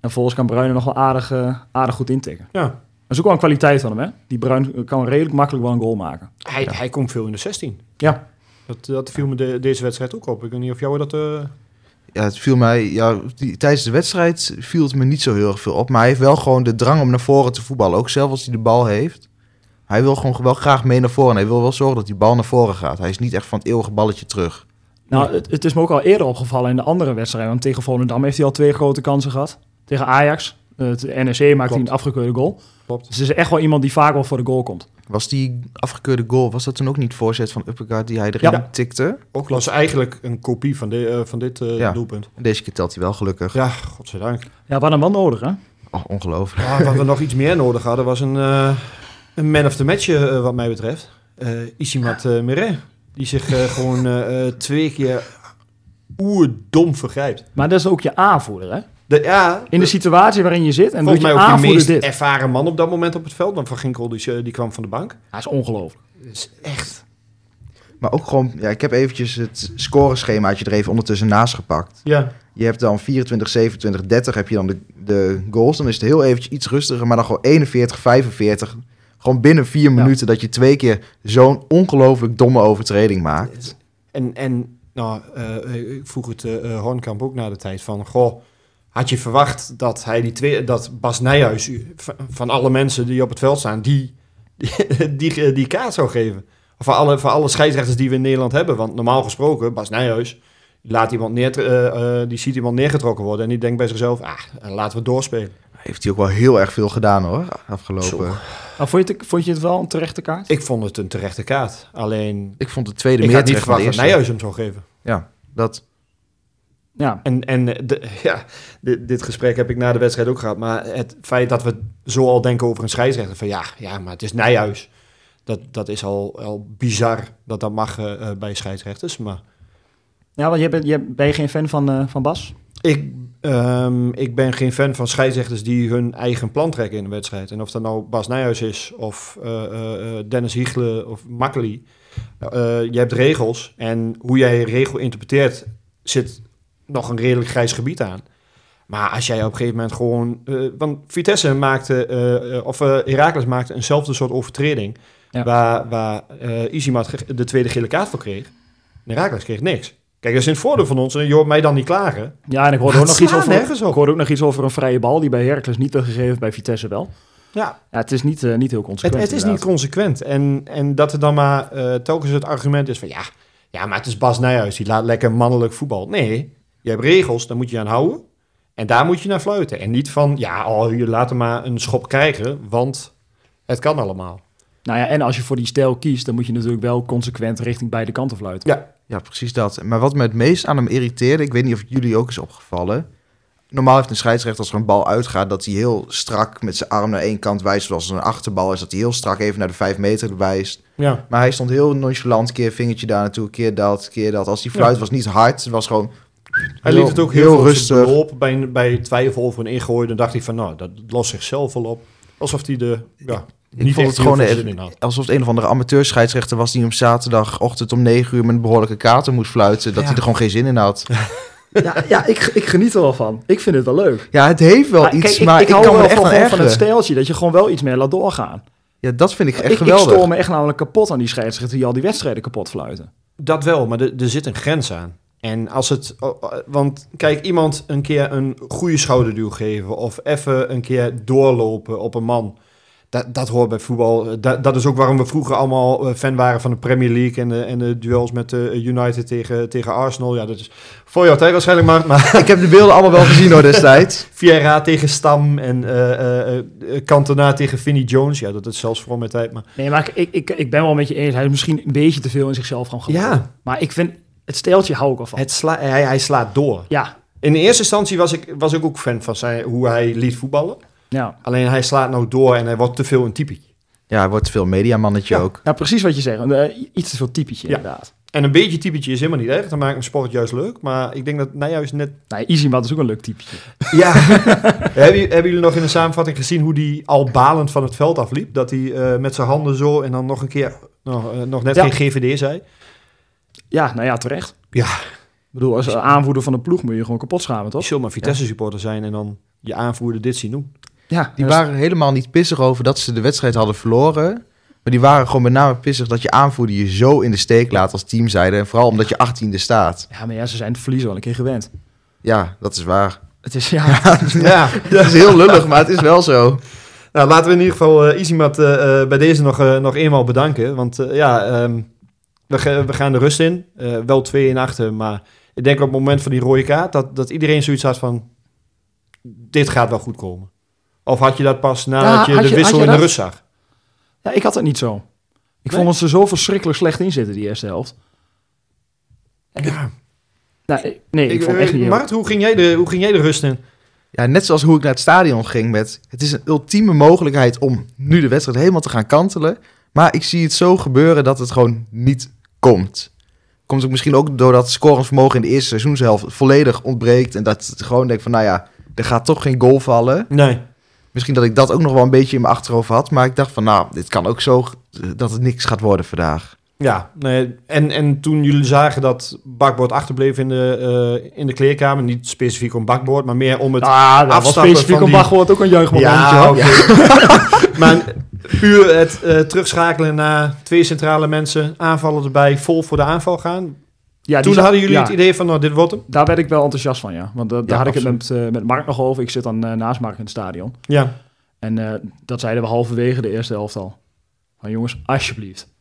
Speaker 3: vervolgens kan Bruin er nog wel aardig, eh, aardig goed intikken.
Speaker 2: ja.
Speaker 3: Dat is ook wel een kwaliteit van hem, hè? Die Bruin kan redelijk makkelijk wel een goal maken.
Speaker 2: Hij, hij komt veel in de 16.
Speaker 3: Ja.
Speaker 2: Dat, dat viel me de- deze wedstrijd ook op. Ik weet niet of jou dat... eh,
Speaker 4: Ja, het viel mij, ja, die, tijdens de wedstrijd viel het me niet zo heel erg veel op. Maar hij heeft wel gewoon de drang om naar voren te voetballen. Ook zelf als hij de bal heeft. Hij wil gewoon wel graag mee naar voren. En hij wil wel zorgen dat die bal naar voren gaat. Hij is niet echt van het eeuwige balletje terug.
Speaker 3: Nou, het, het is me ook al eerder opgevallen in de andere wedstrijden. Want tegen Volendam heeft hij al twee grote kansen gehad. Tegen Ajax. Eh, Het NEC maakt hij een afgekeurde goal.
Speaker 2: klopt.
Speaker 3: Dus het is echt wel iemand die vaak wel voor de goal komt.
Speaker 4: Was die afgekeurde goal, was dat toen ook niet voorzet van Uppergaard die hij erin
Speaker 3: Ja.
Speaker 4: tikte?
Speaker 2: Ook was eigenlijk een kopie van, de, eh, van dit eh,
Speaker 4: Ja.
Speaker 2: doelpunt.
Speaker 4: En Deze keer telt hij wel gelukkig.
Speaker 2: Ja, godzijdank.
Speaker 3: Ja, wat hem wel nodig, hè?
Speaker 4: Oh, ongelooflijk.
Speaker 2: Ah, wat we nog iets meer nodig hadden was een, eh, een man of the match, eh, wat mij betreft. Eh Isimat eh Meret. Die zich eh, gewoon eh, eh, twee keer oerdom vergrijpt.
Speaker 3: Maar dat is ook je aanvoerder, hè?
Speaker 2: De, ja,
Speaker 3: In de
Speaker 2: de-
Speaker 3: situatie waarin je zit en doet
Speaker 2: volgens mij
Speaker 3: je
Speaker 2: ook de
Speaker 3: aanvoerder
Speaker 2: meest
Speaker 3: dit.
Speaker 2: ervaren man op dat moment op het veld. Want Van Ginkel die, is, eh, die kwam van de bank.
Speaker 3: Dat is ongelooflijk.
Speaker 2: Dat is echt...
Speaker 4: Maar ook gewoon, ja, ik heb eventjes het scoreschemaatje er even ondertussen naast gepakt.
Speaker 2: Ja,
Speaker 4: Je hebt dan 24, 27, 30 heb je dan de, de goals. Dan is het heel eventjes iets rustiger, maar dan gewoon 41, 45. Gewoon binnen vier minuten dat je twee keer zo'n ongelooflijk domme overtreding maakt.
Speaker 2: En, en nou, eh, ik vroeg het eh, eh, Hornkamp ook na de tijd van... Goh, had je verwacht dat, hij die twee, dat Bas Nijhuis u- v- van alle mensen die op het veld staan... die die, die, eh, die kaart zou geven? Of voor alle, voor alle scheidsrechters die we in Nederland hebben. Want normaal gesproken, Bas Nijhuis... die Laat iemand neer, eh, eh, die ziet iemand neergetrokken worden en die denkt bij zichzelf: ah, eh, laten we doorspelen.
Speaker 4: Heeft hij ook wel heel erg veel gedaan hoor, afgelopen.
Speaker 2: Zo.
Speaker 3: Maar vond je, het, vond je het wel een terechte kaart?
Speaker 2: Ik vond het een terechte kaart. Alleen,
Speaker 4: Ik vond de tweede
Speaker 2: ik
Speaker 4: meer
Speaker 2: had niet
Speaker 4: terecht dan de
Speaker 2: verwacht dat
Speaker 4: eerste.
Speaker 2: Nijhuis hem zou geven.
Speaker 4: Ja, dat,
Speaker 3: Ja.
Speaker 2: En, en eh, de- ja, dit, dit gesprek heb ik na de wedstrijd ook gehad. Maar het feit dat we zo al denken over een scheidsrechter... van ja, ja maar het is Nijhuis. Dat, dat is al, al bizar dat dat mag eh, eh, bij scheidsrechters. Maar
Speaker 3: ja, want je bent, je, ben je geen fan van, eh, van Bas?
Speaker 2: ik, Ehm, ik ben geen fan van scheidsrechters die hun eigen plan trekken in de wedstrijd. En of dat nou Bas Nijhuis is of eh, eh, eh, Dennis Hiegelen of Makkely. Eh, je hebt regels en hoe jij een regel interpreteert zit nog een redelijk grijs gebied aan. Maar als jij op een gegeven moment gewoon... eh, want Vitesse maakte, eh, eh, of eh Heracles maakte eenzelfde soort overtreding...
Speaker 3: Ja.
Speaker 2: waar, waar eh Isimat ge- de tweede gele kaart voor kreeg. En Heracles kreeg niks. Kijk, dat is in het voordeel van ons. En je hoort mij dan niet klagen.
Speaker 3: Ja, en ik hoorde, ook
Speaker 2: Dat
Speaker 3: nog iets
Speaker 2: slaat
Speaker 3: over,
Speaker 2: nergens op.
Speaker 3: ik hoorde ook nog iets over een vrije bal die bij Heracles niet werd gegeven, bij Vitesse wel.
Speaker 2: Ja,
Speaker 3: Ja, het is niet, eh, niet heel
Speaker 2: het,
Speaker 3: consequent.
Speaker 2: het is niet
Speaker 3: inderdaad.
Speaker 2: consequent. En, en dat er dan maar eh, telkens het argument is van... Ja, ja, maar het is Bas Nijhuis. Die laat lekker mannelijk voetbal. Nee, je hebt regels. Daar moet je aan houden. En daar moet je naar fluiten. En niet van... Ja, oh, je laat hem maar een schop krijgen. Want het kan allemaal.
Speaker 3: Nou ja, en als je voor die stijl kiest, dan moet je natuurlijk wel consequent richting beide kanten fluiten.
Speaker 4: Ja, precies dat. Maar wat me het meest aan hem irriteerde, ik weet niet of het jullie ook is opgevallen. Normaal heeft een scheidsrechter als er een bal uitgaat, dat hij heel strak met zijn arm naar één kant wijst. Zoals een achterbal is, dat hij heel strak even naar de vijf meter wijst.
Speaker 2: Ja,
Speaker 4: Maar hij stond heel nonchalant, keer vingertje daar naartoe, keer dat, keer dat. Als die fluit was niet hard, het was gewoon
Speaker 2: hij
Speaker 4: Heel-
Speaker 2: liet het ook heel,
Speaker 4: heel
Speaker 2: rustig
Speaker 4: rustig.
Speaker 2: op. Bij, bij twijfel of een ingooi. Dan dacht hij van... Nou, dat lost zichzelf wel op. Alsof hij de... Ja,
Speaker 4: Ik vond het gewoon
Speaker 2: even in had.
Speaker 4: een- alsof het een of andere amateurscheidsrechter was die om zaterdagochtend om 9 uur met een behoorlijke kater moest fluiten. Dat
Speaker 2: Ja.
Speaker 4: hij er gewoon geen zin in had.
Speaker 3: Ja, ja ik, ik geniet er wel van. Ik vind het wel leuk.
Speaker 4: Ja, het heeft wel
Speaker 3: Maar
Speaker 4: iets,
Speaker 3: kijk,
Speaker 4: maar ik,
Speaker 3: hou
Speaker 4: kan
Speaker 3: wel
Speaker 4: er echt
Speaker 3: van,
Speaker 4: aan
Speaker 3: gewoon van het
Speaker 4: ergeren.
Speaker 3: stijltje, dat je gewoon wel iets meer laat doorgaan.
Speaker 4: Ja, dat vind ik echt
Speaker 3: Ik, ik
Speaker 4: geweldig.
Speaker 3: stoor me echt namelijk kapot aan die scheidsrechter die al die wedstrijden kapot fluiten.
Speaker 2: Dat wel, maar er er zit een grens aan. En als het. oh, oh, Want kijk, iemand een keer een goede schouderduw geven. of even een keer doorlopen op een man. Dat, dat hoort bij voetbal. Dat, dat is ook waarom we vroeger allemaal eh, fan waren van de Premier League. en de, en de duels met eh, United tegen, tegen Arsenal. Ja, dat is voor jouw tijd waarschijnlijk, maar, maar
Speaker 4: Ik heb de beelden allemaal wel gezien hoor destijds.
Speaker 2: Vieira tegen Stam. en eh, eh, eh, Cantona tegen Vinnie Jones. Ja, dat is zelfs voor mijn tijd. Maar
Speaker 3: Nee, maar ik, ik, ik ben wel met je eens. Hij is misschien een beetje te veel in zichzelf gaan geloven.
Speaker 2: Ja.
Speaker 3: Maar ik vind, het stijltje hou ik al van.
Speaker 2: het sla, hij, hij slaat door.
Speaker 3: Ja,
Speaker 2: In de eerste instantie was ik, was ik ook fan van zijn, hoe hij liet voetballen.
Speaker 3: ja.
Speaker 2: Alleen hij slaat nou door en hij wordt te veel een typie.
Speaker 4: Ja, hij wordt veel mediamannetje ook.
Speaker 3: Nou, precies wat je zegt. Een, eh, iets te veel typetje,
Speaker 2: Ja.
Speaker 3: inderdaad.
Speaker 2: En een beetje typetje is helemaal niet erg. Dan maakt een sport juist leuk. Maar ik denk dat Nijhuis net...
Speaker 3: Nou, Easy Maat is ook een leuk typetje.
Speaker 2: Ja. hebben, jullie- hebben jullie nog in de samenvatting gezien hoe die al balend van het veld afliep? Dat hij eh, met zijn handen zo en dan nog een keer... Nog, eh, nog net
Speaker 3: Ja.
Speaker 2: geen GVD zei.
Speaker 3: Ja, nou ja, terecht. Dus-
Speaker 2: Ja.
Speaker 3: Ik bedoel, als aanvoerder van de ploeg moet je gewoon kapot schamen,
Speaker 2: Je
Speaker 3: toch?
Speaker 2: zult maar Vitesse supporter zijn en dan je aanvoerder dit zien doen.
Speaker 3: Ja,
Speaker 4: Die
Speaker 3: dat is-
Speaker 4: waren helemaal niet pissig over dat ze de wedstrijd hadden verloren. Maar die waren gewoon met name pissig dat je aanvoerder je zo in de steek laat als teamzijde. En vooral omdat je 18e staat.
Speaker 3: Ja, maar ja, ze zijn het verliezen wel een keer gewend.
Speaker 4: Ja, dat is waar.
Speaker 3: Het is, ja,
Speaker 2: Ja.
Speaker 4: Dat is heel lullig, maar het is wel zo.
Speaker 2: Nou, laten we in ieder geval eh Isimat eh, eh, bij deze nog, eh, nog eenmaal bedanken. Want eh, ja, ehm, we, ge- we gaan de rust in. Eh, wel twee in achter, maar ik denk op het moment van die rode kaart... dat, dat iedereen zoiets had van, dit gaat wel goed komen. Of had je dat pas nadat
Speaker 3: Ja,
Speaker 2: je
Speaker 3: had
Speaker 2: de
Speaker 3: je-
Speaker 2: wissel
Speaker 3: had
Speaker 2: in de
Speaker 3: je dat?
Speaker 2: rust zag?
Speaker 3: ja, ik had het niet zo. Ik
Speaker 2: Nee.
Speaker 3: vond ons er zo verschrikkelijk slecht in zitten, die eerste helft. En ik- Nou, ik- nee, ik,
Speaker 2: Ik,
Speaker 3: vond het echt
Speaker 2: eh,
Speaker 3: niet heel-
Speaker 2: Mart, hoe ging, jij de, hoe ging jij de rust in?
Speaker 4: Ja, net zoals hoe ik naar het stadion ging met... Het is een ultieme mogelijkheid om nu de wedstrijd helemaal te gaan kantelen. Maar ik zie het zo gebeuren dat het gewoon niet komt. Komt ook misschien ook doordat het scorend vermogen in de eerste seizoenshelft volledig ontbreekt. En dat het gewoon denk van, nou ja, er gaat toch geen goal vallen.
Speaker 2: Nee.
Speaker 4: Misschien dat ik dat ook nog wel een beetje in mijn achterhoofd had. Maar ik dacht van, nou, dit kan ook zo g- dat het niks gaat worden vandaag.
Speaker 2: Ja, nee, en, en toen jullie zagen dat Bakboord achterbleef in de, eh, in de kleerkamer... niet specifiek om Bakboord, maar meer om het...
Speaker 3: Ah, dat was
Speaker 2: afstappen
Speaker 3: specifiek
Speaker 2: van
Speaker 3: om
Speaker 2: die-
Speaker 3: Bachwoord ook een jeugdmomentje. hoor.
Speaker 2: oké. maar puur het eh, terugschakelen naar twee centrale mensen, aanvallen erbij, vol voor de aanval gaan.
Speaker 3: Ja, die
Speaker 2: Toen
Speaker 3: za-
Speaker 2: hadden jullie
Speaker 3: ja,
Speaker 2: het idee van, nou, dit wordt hem.
Speaker 3: Daar werd ik wel enthousiast van, ja. Want eh, daar
Speaker 4: Ja,
Speaker 3: had ik het met, eh, met Mark nog over. Ik zit dan eh, naast Mark in het stadion.
Speaker 2: Ja.
Speaker 3: En eh, dat zeiden we halverwege de eerste helft al. Van jongens, alsjeblieft.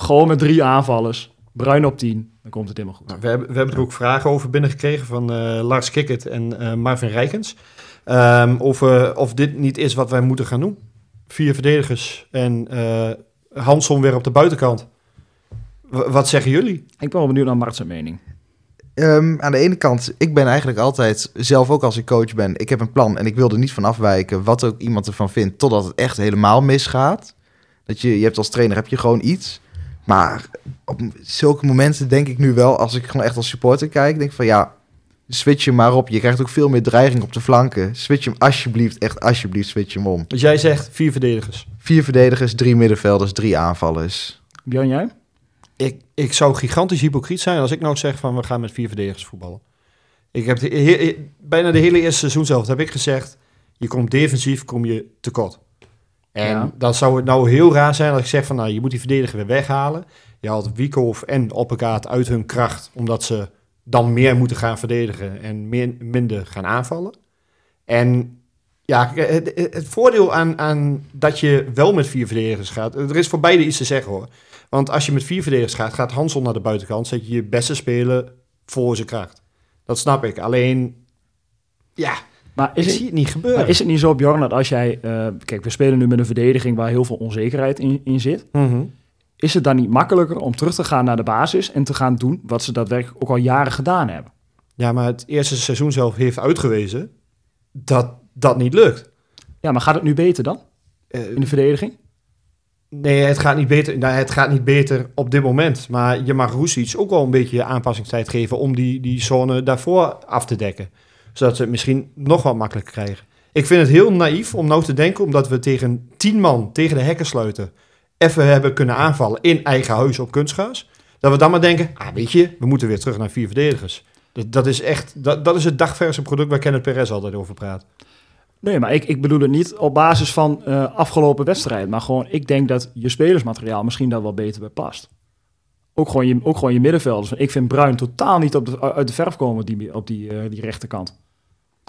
Speaker 3: Gewoon met drie aanvallers. Bruin op tien. Dan komt het helemaal goed.
Speaker 2: Nou, we, hebben, we hebben er ook vragen over binnengekregen van eh, Lars Kikkert en eh, Marvin Rijkens. Ehm, of, eh, of dit niet is wat wij moeten gaan doen. Vier verdedigers en eh Hanson weer op de buitenkant. W- wat zeggen jullie?
Speaker 3: Ik ben wel benieuwd naar Mart zijn mening.
Speaker 4: Ehm, aan de ene kant, ik ben eigenlijk altijd, zelf ook als ik coach ben, ik heb een plan en ik wil er niet van afwijken wat ook iemand ervan vindt, totdat het echt helemaal misgaat. Dat je, je hebt als trainer heb je gewoon iets. Maar op zulke momenten denk ik nu wel, als ik gewoon echt als supporter kijk, denk ik van ja, Switch hem maar op. Je krijgt ook veel meer dreiging op de flanken. Switch hem alsjeblieft, echt alsjeblieft, switch hem om.
Speaker 2: Dus jij zegt vier verdedigers.
Speaker 4: Vier verdedigers, drie middenvelders, drie aanvallers.
Speaker 3: Bjorn, jij?
Speaker 2: Ik, ik zou gigantisch hypocriet zijn als ik nou zeg van we gaan met vier verdedigers voetballen. Ik heb de, he- he- bijna de hele eerste seizoen zelf heb ik gezegd, je komt defensief kom je tekort. En
Speaker 3: Ja.
Speaker 2: dan zou het nou heel raar zijn als ik zeg van nou je moet die verdediger weer weghalen. Je haalt Wiekhoff en Opperkaart uit hun kracht omdat ze dan meer moeten gaan verdedigen en meer, minder gaan aanvallen. En ja, het, het- het voordeel aan, aan dat je wel met vier verdedigers gaat, er is voor beide iets te zeggen hoor. Want als je met vier verdedigers gaat, gaat Hansel naar de buitenkant, zet je je beste speler voor zijn kracht. Dat snap ik. Alleen, ja,
Speaker 3: Maar
Speaker 2: ik
Speaker 3: is,
Speaker 2: zie
Speaker 3: het,
Speaker 2: het niet gebeuren.
Speaker 3: maar is het niet zo, Bjorn, dat als jij... eh, kijk, we spelen nu met een verdediging waar heel veel onzekerheid in, in zit.
Speaker 2: Mhm.
Speaker 3: Is het dan niet makkelijker om terug te gaan naar de basis en te gaan doen wat ze daadwerkelijk ook al jaren gedaan hebben?
Speaker 2: Ja, maar het eerste seizoen zelf heeft uitgewezen dat dat niet lukt.
Speaker 3: Ja, maar gaat het nu beter dan?
Speaker 2: Eh,
Speaker 3: In de verdediging?
Speaker 2: nee, het gaat, niet beter, nou, het gaat niet beter op dit moment. Maar je mag Roesic ook wel een beetje aanpassingstijd geven om die, die zone daarvoor af te dekken. Zodat ze het misschien nog wat makkelijker krijgen. Ik vind het heel naïef om nou te denken, omdat we tegen tien man tegen de hekken sluiten, even hebben kunnen aanvallen in eigen huis op kunstgras. Dat we dan maar denken, ah weet je, we moeten weer terug naar vier verdedigers. Dat, dat is echt, dat, dat is het dagverse product waar Kenneth Perez altijd over praat.
Speaker 3: Nee, maar ik, ik bedoel het niet op basis van eh, afgelopen wedstrijd. Maar gewoon, ik denk dat je spelersmateriaal misschien daar wel beter bij past. Ook gewoon je, ook gewoon je middenvelders. Ik vind Bruin totaal niet op de, uit de verf komen die, op die, eh, die rechterkant.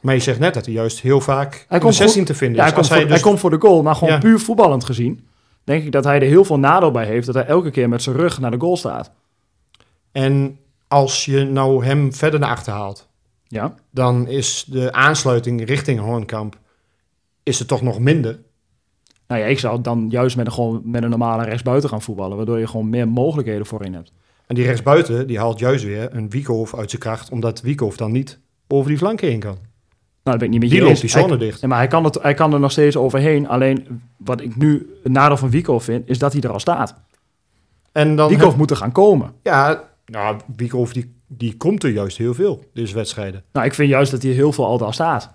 Speaker 2: Maar je zegt net dat hij juist heel vaak hij
Speaker 3: komt
Speaker 2: 16
Speaker 3: goed-
Speaker 2: te vinden
Speaker 3: Ja, hij,
Speaker 2: is.
Speaker 3: komt
Speaker 2: Als
Speaker 3: voor,
Speaker 2: hij dus-
Speaker 3: hij komt voor de goal, maar gewoon
Speaker 2: Ja.
Speaker 3: puur voetballend gezien... denk ik dat hij er heel veel nadeel bij heeft... dat hij elke keer met zijn rug naar de goal staat.
Speaker 2: En als je nou hem verder naar achter haalt,
Speaker 3: Ja,
Speaker 2: dan is de aansluiting richting Hoornkamp is er toch nog minder.
Speaker 3: nou ja, ik zou dan juist met een, gewoon met een normale rechtsbuiten gaan voetballen... waardoor je gewoon meer mogelijkheden voorin hebt. Nou,
Speaker 2: En die rechtsbuiten, die haalt juist weer een Wiekhoff uit zijn kracht, omdat Wiekhoff dan niet over die flanken heen kan.
Speaker 3: Nou, dat ben ik niet met
Speaker 2: Die
Speaker 3: je
Speaker 2: loopt
Speaker 3: eens.
Speaker 2: die
Speaker 3: Hij-
Speaker 2: zone dicht.
Speaker 3: Ja, maar hij kan, het, hij kan er nog steeds overheen. Alleen wat ik nu het nadeel van Wiekhoff vind, is dat hij er al staat.
Speaker 2: En dan
Speaker 3: Wiekhoff moet er gaan komen.
Speaker 2: ja, nou, Wiekhoff die, die komt er juist heel veel, dus wedstrijden.
Speaker 3: Nou, ik vind juist dat hij heel veel al daar staat.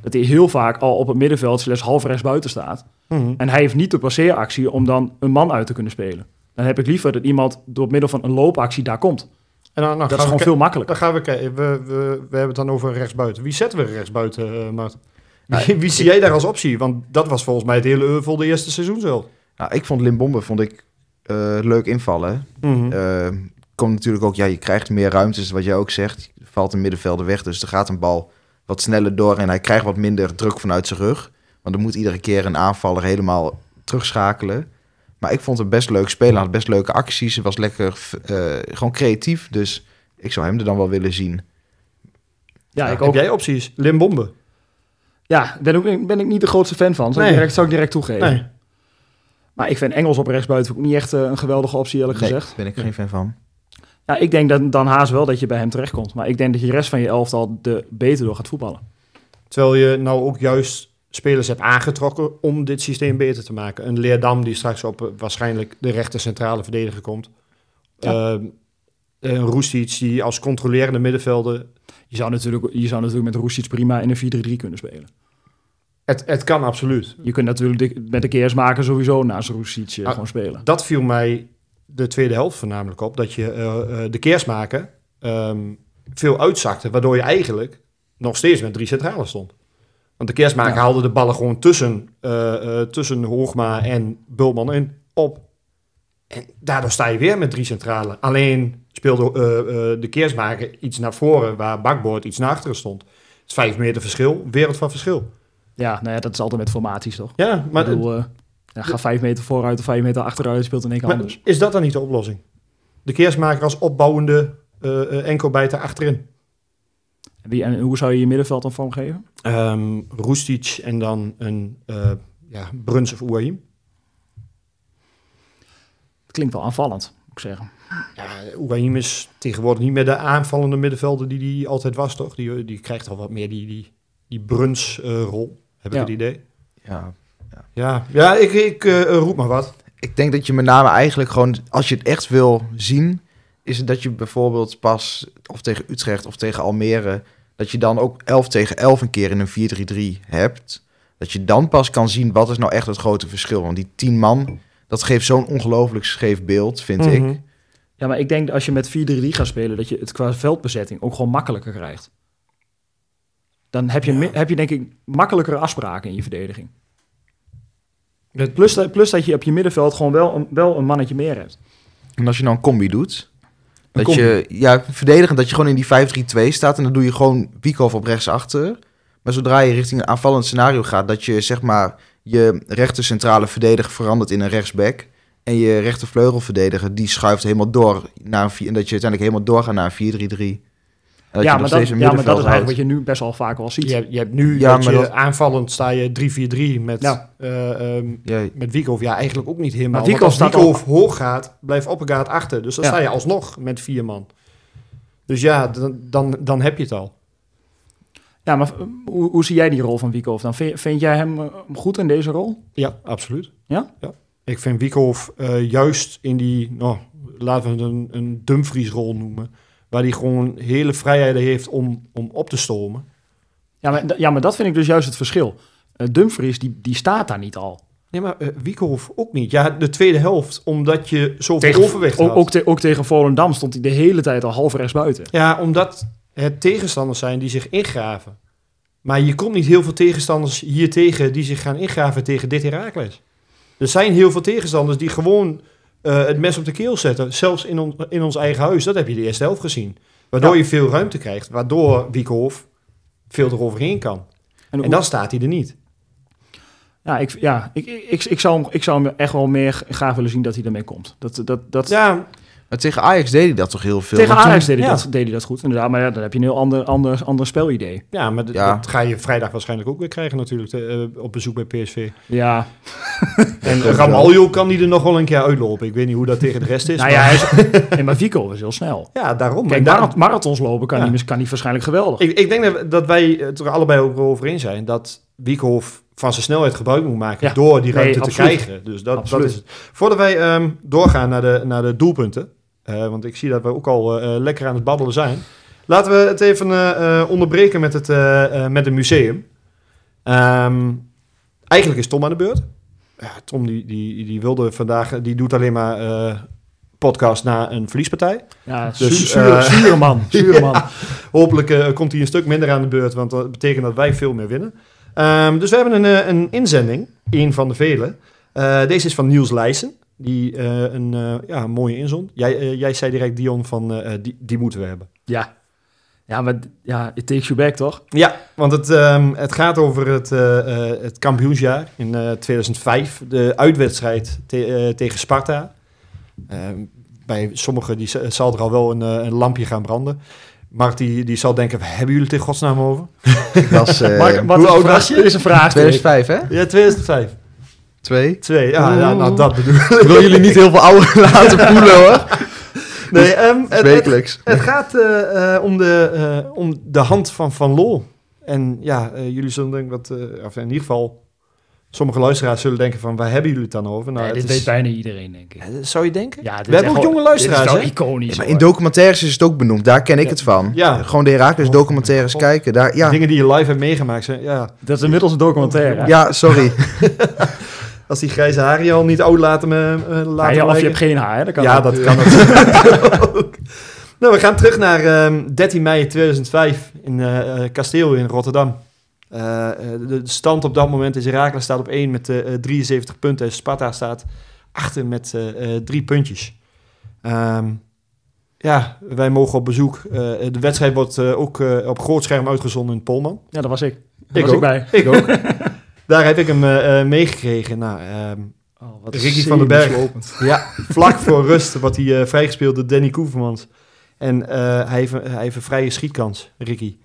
Speaker 3: Dat hij heel vaak al op het middenveld slash half rechts buiten staat. En hij heeft niet de passeeractie om dan een man uit te kunnen spelen. Dan heb ik liever dat iemand door middel van een loopactie daar komt.
Speaker 2: En dan, dan
Speaker 3: Dat is
Speaker 2: gaan
Speaker 3: gewoon
Speaker 2: we
Speaker 3: veel
Speaker 2: ke-
Speaker 3: makkelijker.
Speaker 2: dan gaan we kijken. We, we, we hebben het dan over rechtsbuiten. Wie zetten we rechtsbuiten, eh, Mart? Wie, wie zie jij daar als optie? Want dat was volgens mij het hele Euvel de eerste seizoen zelf.
Speaker 4: Nou, ik vond Limbombe vond ik, eh, leuk invallen.
Speaker 3: Mhm.
Speaker 4: Eh, komt natuurlijk ook, ja, je krijgt meer ruimtes, wat jij ook zegt. Er valt een middenvelder weg, dus er gaat een bal wat sneller door en hij krijgt wat minder druk vanuit zijn rug. Want dan moet iedere keer een aanvaller helemaal terugschakelen. Maar ik vond hem best leuk spelen, had best leuke acties, was lekker eh, gewoon creatief. Dus ik zou hem er dan wel willen zien.
Speaker 3: Ja, ik
Speaker 2: Heb
Speaker 3: ook.
Speaker 2: jij opties? Limbombe.
Speaker 3: Ja, ben, ook, ben ik niet de grootste fan van. Zou,
Speaker 2: Nee.
Speaker 3: ik, direct, zou ik direct toegeven.
Speaker 2: Nee.
Speaker 3: Maar ik vind Engels op rechtsbuiten ook niet echt eh, een geweldige optie, eerlijk
Speaker 4: Nee,
Speaker 3: gezegd.
Speaker 4: ben ik geen fan van.
Speaker 3: Ja, ik denk dat dan haast wel dat je bij hem terechtkomt. Maar ik denk dat je de rest van je elftal de beter door gaat voetballen.
Speaker 2: Terwijl je nou ook juist spelers hebt aangetrokken om dit systeem beter te maken. Een Leerdam die straks op eh, waarschijnlijk de rechter centrale verdediger komt.
Speaker 3: Ja.
Speaker 2: Ehm, een Roestic die als controlerende middenvelder...
Speaker 3: Je zou natuurlijk, je zou natuurlijk met Roesic prima in een 4-3-3 kunnen spelen.
Speaker 2: Het, het kan absoluut.
Speaker 3: Je kunt natuurlijk de- met de keersmaker sowieso naast Roesic eh,
Speaker 2: Ah.
Speaker 3: gewoon spelen.
Speaker 2: Dat viel mij de tweede helft voornamelijk op. Dat je eh, eh, de keersmaker ehm, veel uitzakte. Waardoor je eigenlijk nog steeds met drie centralen stond. Want de keersmaker
Speaker 3: Ja.
Speaker 2: haalde de ballen gewoon tussen, eh, eh, tussen Hoogma en Bulman in op. En daardoor sta je weer met drie centralen. Alleen speelde eh, eh, de keersmaker iets naar voren waar Bakboord iets naar achteren stond. Het is vijf meter verschil, wereld van verschil.
Speaker 3: Ja, nou ja, dat is altijd met formaties toch?
Speaker 2: Ja, maar,
Speaker 3: ik bedoel, eh, ja, ga vijf meter vooruit of vijf meter achteruit, speelt in één keer
Speaker 2: maar
Speaker 3: anders.
Speaker 2: is dat dan niet de oplossing? De keersmaker als opbouwende eh eh, enkelbijter achterin.
Speaker 3: Wie, en hoe zou je je middenveld dan vormgeven?
Speaker 2: Ehm Roestic en dan een eh ja, Bruns of Ouahim.
Speaker 3: Het klinkt wel aanvallend, moet ik zeggen.
Speaker 2: Ja, Ouahim is tegenwoordig niet meer de aanvallende middenvelder die hij altijd was, toch? Die, die krijgt al wat meer die, die, die Bruns-rol, heb ik
Speaker 3: Ja.
Speaker 2: het idee.
Speaker 4: Ja,
Speaker 2: Ja, ja ik, ik eh, roep maar wat.
Speaker 4: Ik denk dat je met name eigenlijk gewoon, als je het echt wil zien, is het dat je bijvoorbeeld pas, of tegen Utrecht of tegen Almere, dat je dan ook 11 tegen 11 een keer in een 4-3-3 hebt. Dat je dan pas kan zien wat is nou echt het grote verschil. Want die 10 man, dat geeft zo'n ongelooflijk scheef beeld, vind ik.
Speaker 2: Mhm.
Speaker 3: Ja, maar ik denk dat als je met 4-3-3 gaat spelen, dat je het qua veldbezetting ook gewoon makkelijker krijgt. Dan heb je, mi- heb je denk ik makkelijkere afspraken in je verdediging. Plus, dat- plus dat je op je middenveld gewoon wel een, wel een mannetje meer hebt.
Speaker 4: En als je nou een combi doet, dat
Speaker 3: combi.
Speaker 4: je ja, verdedigend dat je gewoon in die 5-3-2 staat en dan doe je gewoon Wiekhoff op rechtsachter. Maar zodra je richting een aanvallend scenario gaat, dat je zeg maar je rechter centrale verdediger verandert in een rechtsback en je rechter vleugelverdediger die schuift helemaal door naar een vier, en dat je uiteindelijk helemaal doorgaat naar een 4-3-3. En dat je
Speaker 3: ja, maar
Speaker 4: nog
Speaker 3: dat,
Speaker 4: steeds een
Speaker 3: ja, maar dat is
Speaker 4: middenveld
Speaker 3: eigenlijk
Speaker 4: houdt.
Speaker 3: wat je nu best wel vaak wel ziet.
Speaker 2: Je, hebt- je hebt nu
Speaker 4: Ja,
Speaker 2: dat
Speaker 4: maar
Speaker 2: je
Speaker 4: dat-
Speaker 2: aanvallend sta je 3-4-3 met,
Speaker 3: Ja.
Speaker 2: eh, ehm,
Speaker 4: Ja,
Speaker 2: met Wiekhoff. Ja, eigenlijk ook niet helemaal.
Speaker 3: Maar
Speaker 2: Maar
Speaker 3: Wiekhoff
Speaker 2: als
Speaker 3: staat
Speaker 2: Wiekhoff hoog gaat, blijft Oppegaard achter. Dus dan
Speaker 3: Ja.
Speaker 2: sta je alsnog met vier man. Dus ja, dan, dan, dan heb je het al.
Speaker 3: Ja, maar eh, hoe, hoe zie jij die rol van Wiekhoff dan? Vind, vind jij hem eh, goed in deze rol?
Speaker 2: Ja, absoluut.
Speaker 3: Ja?
Speaker 2: Ik vind Wiekhoff eh, juist in die, nou, laten we het een, een Dumfries-rol noemen... waar hij gewoon hele vrijheden heeft om, om op te stomen.
Speaker 3: Ja maar, d- ja, maar dat vind ik dus juist het verschil. Eh, Dumfries, die, die staat daar niet al.
Speaker 2: Nee, maar eh, Wiekhoff ook niet. Ja, de tweede helft, omdat je zoveel overwicht had.
Speaker 3: ook, ook, te- ook tegen Volendam stond hij de hele tijd al half rechts buiten.
Speaker 2: Ja, omdat het tegenstanders zijn die zich ingraven. Maar je komt niet heel veel tegenstanders hier tegen die zich gaan ingraven tegen dit Herakles. Er zijn heel veel tegenstanders die gewoon eh, het mes op de keel zetten. Zelfs in, on- in ons eigen huis, dat heb je de eerste helft gezien. Waardoor
Speaker 3: Ja.
Speaker 2: je veel ruimte krijgt, waardoor Wiekhoff veel eroverheen kan. En
Speaker 3: hoe-
Speaker 2: dan staat hij er niet.
Speaker 3: Ja, ik, ja ik, ik, ik, ik zou hem, ik zou hem echt wel meer g- graag willen zien dat hij ermee komt. Dat, dat, dat,
Speaker 2: Ja,
Speaker 4: maar tegen Ajax deed hij dat toch heel veel.
Speaker 3: tegen
Speaker 4: Want toen-
Speaker 3: Ajax deed, hij
Speaker 2: ja.
Speaker 3: dat, deed hij dat goed, inderdaad. Maar ja, dan heb je een heel ander, ander, ander spelidee.
Speaker 2: ja maar d-
Speaker 4: Ja.
Speaker 2: dat ga je vrijdag waarschijnlijk ook weer krijgen natuurlijk te- eh, op bezoek bij PSV.
Speaker 3: Ja,
Speaker 2: En
Speaker 4: komt
Speaker 2: Ramaljo kan die er nog wel een keer uitlopen. Ik weet niet hoe dat tegen de rest is.
Speaker 3: nou ja,
Speaker 2: maar-
Speaker 3: hij is, nee, maar Vico is heel snel.
Speaker 2: ja, daarom.
Speaker 3: Kijk,
Speaker 2: En daarom-
Speaker 3: mara- marathons lopen kan,
Speaker 2: Ja.
Speaker 3: hij, mis- kan hij waarschijnlijk geweldig.
Speaker 2: Ik, ik denk dat, dat wij het er allebei ook wel over in zijn dat Wiekhoff van zijn snelheid gebruik moet maken
Speaker 3: Ja.
Speaker 2: door die
Speaker 3: Nee,
Speaker 2: ruimte te
Speaker 3: absoluut.
Speaker 2: krijgen. Dus dat, dat
Speaker 3: Absoluut.
Speaker 2: is het. Voordat wij ehm, doorgaan naar de, naar de doelpunten, eh, want ik zie dat we ook al eh, eh, lekker aan het babbelen zijn. Laten we het even eh, eh, onderbreken met het, eh, eh, met het museum. Ehm, eigenlijk is Tom aan de beurt. Ja, Tom die, die, die wilde vandaag, die doet alleen maar eh, podcast na een verliespartij.
Speaker 3: ja,
Speaker 2: dus,
Speaker 3: zuur, zuur-
Speaker 2: eh,
Speaker 3: zure man, zure man.
Speaker 2: Hopelijk eh, komt hij een stuk minder aan de beurt, want dat betekent dat wij veel meer winnen. Ehm, dus we hebben een, eh, een inzending, één van de vele. Eh, deze is van Niels Leijsen, die eh, een eh, ja, een mooie inzond. Jij, eh, jij zei direct, Dion, van eh, eh, die, die moeten we hebben.
Speaker 3: Ja. ja, maar d- ja, it takes you back, toch?
Speaker 2: Ja, want het, ehm, het gaat over het, eh, eh, het kampioensjaar in eh, 2005. De uitwedstrijd te- eh, tegen Sparta. Ehm, bij sommigen die, z- zal er al wel een, eh, een lampje gaan branden. Mark die, die zal denken, waar hebben jullie het in godsnaam over?
Speaker 4: Ik was eh,
Speaker 3: Mark, wat
Speaker 2: hoe
Speaker 3: een
Speaker 2: oud
Speaker 3: vraag-
Speaker 2: was je?
Speaker 3: Dit is een vraag.
Speaker 4: 2005, hè?
Speaker 2: Ja, 2005.
Speaker 4: 2.
Speaker 2: Twee, ja, ja nou dat bedoel ik.
Speaker 4: Ik wil jullie niet heel veel ouder laten voelen, hoor.
Speaker 2: Nee, ehm, het, het,
Speaker 4: Wekelijks.
Speaker 2: het gaat eh, eh, om, de, eh, om de hand van Van Lol. En ja, eh, jullie zullen denken wat, eh, of in ieder geval, sommige luisteraars zullen denken van, waar hebben jullie het dan over? Nou, het
Speaker 3: Nee, dit
Speaker 2: is-
Speaker 3: weet bijna iedereen, denk ik.
Speaker 2: Ja, zou je denken?
Speaker 3: Ja, dit
Speaker 2: We hebben ook
Speaker 3: is echt wel-
Speaker 2: jonge luisteraars,
Speaker 3: dit is wel
Speaker 2: hè?
Speaker 3: iconisch.
Speaker 4: Maar
Speaker 3: hoor.
Speaker 4: in documentaires is het ook benoemd. Daar ken ik
Speaker 2: Ja.
Speaker 4: het van.
Speaker 2: Ja.
Speaker 4: Gewoon de Herakles documentaires
Speaker 2: Oh.
Speaker 4: kijken. Daar, ja.
Speaker 2: Dingen die je live hebt meegemaakt. Zijn, ja.
Speaker 3: Dat is inmiddels een documentaire. Ja,
Speaker 4: ja, sorry.
Speaker 2: Als die grijze haren je al niet oud laten, me, eh, laten
Speaker 3: ja, of
Speaker 2: lijken.
Speaker 3: je hebt geen haar, hè? Dat kan
Speaker 2: ja,
Speaker 3: ook.
Speaker 2: dat kan natuurlijk ook. Nou, we gaan terug naar ehm, 13 mei 2005 in eh, eh, Kasteel in Rotterdam. Eh, eh, de de stand op dat moment is Herakles staat op 1 met eh, eh, 73 punten. En Sparta staat achter met eh, eh, drie puntjes. Ehm, ja, wij mogen op bezoek. Eh, de wedstrijd wordt eh, ook eh, op groot scherm uitgezonden in Polman.
Speaker 3: Ja, dat was ik. Daar
Speaker 2: Ik
Speaker 3: was
Speaker 2: ook.
Speaker 3: ik bij.
Speaker 2: Ik ook. Daar heb ik hem eh, eh, meegekregen. Nou, ehm,
Speaker 3: Oh, wat
Speaker 2: Ricky van den Berg. Ja, vlak voor rust wordt hij eh, vrijgespeeld door Danny Koevermans. En eh, hij, heeft, een- hij heeft een vrije schietkans, Ricky.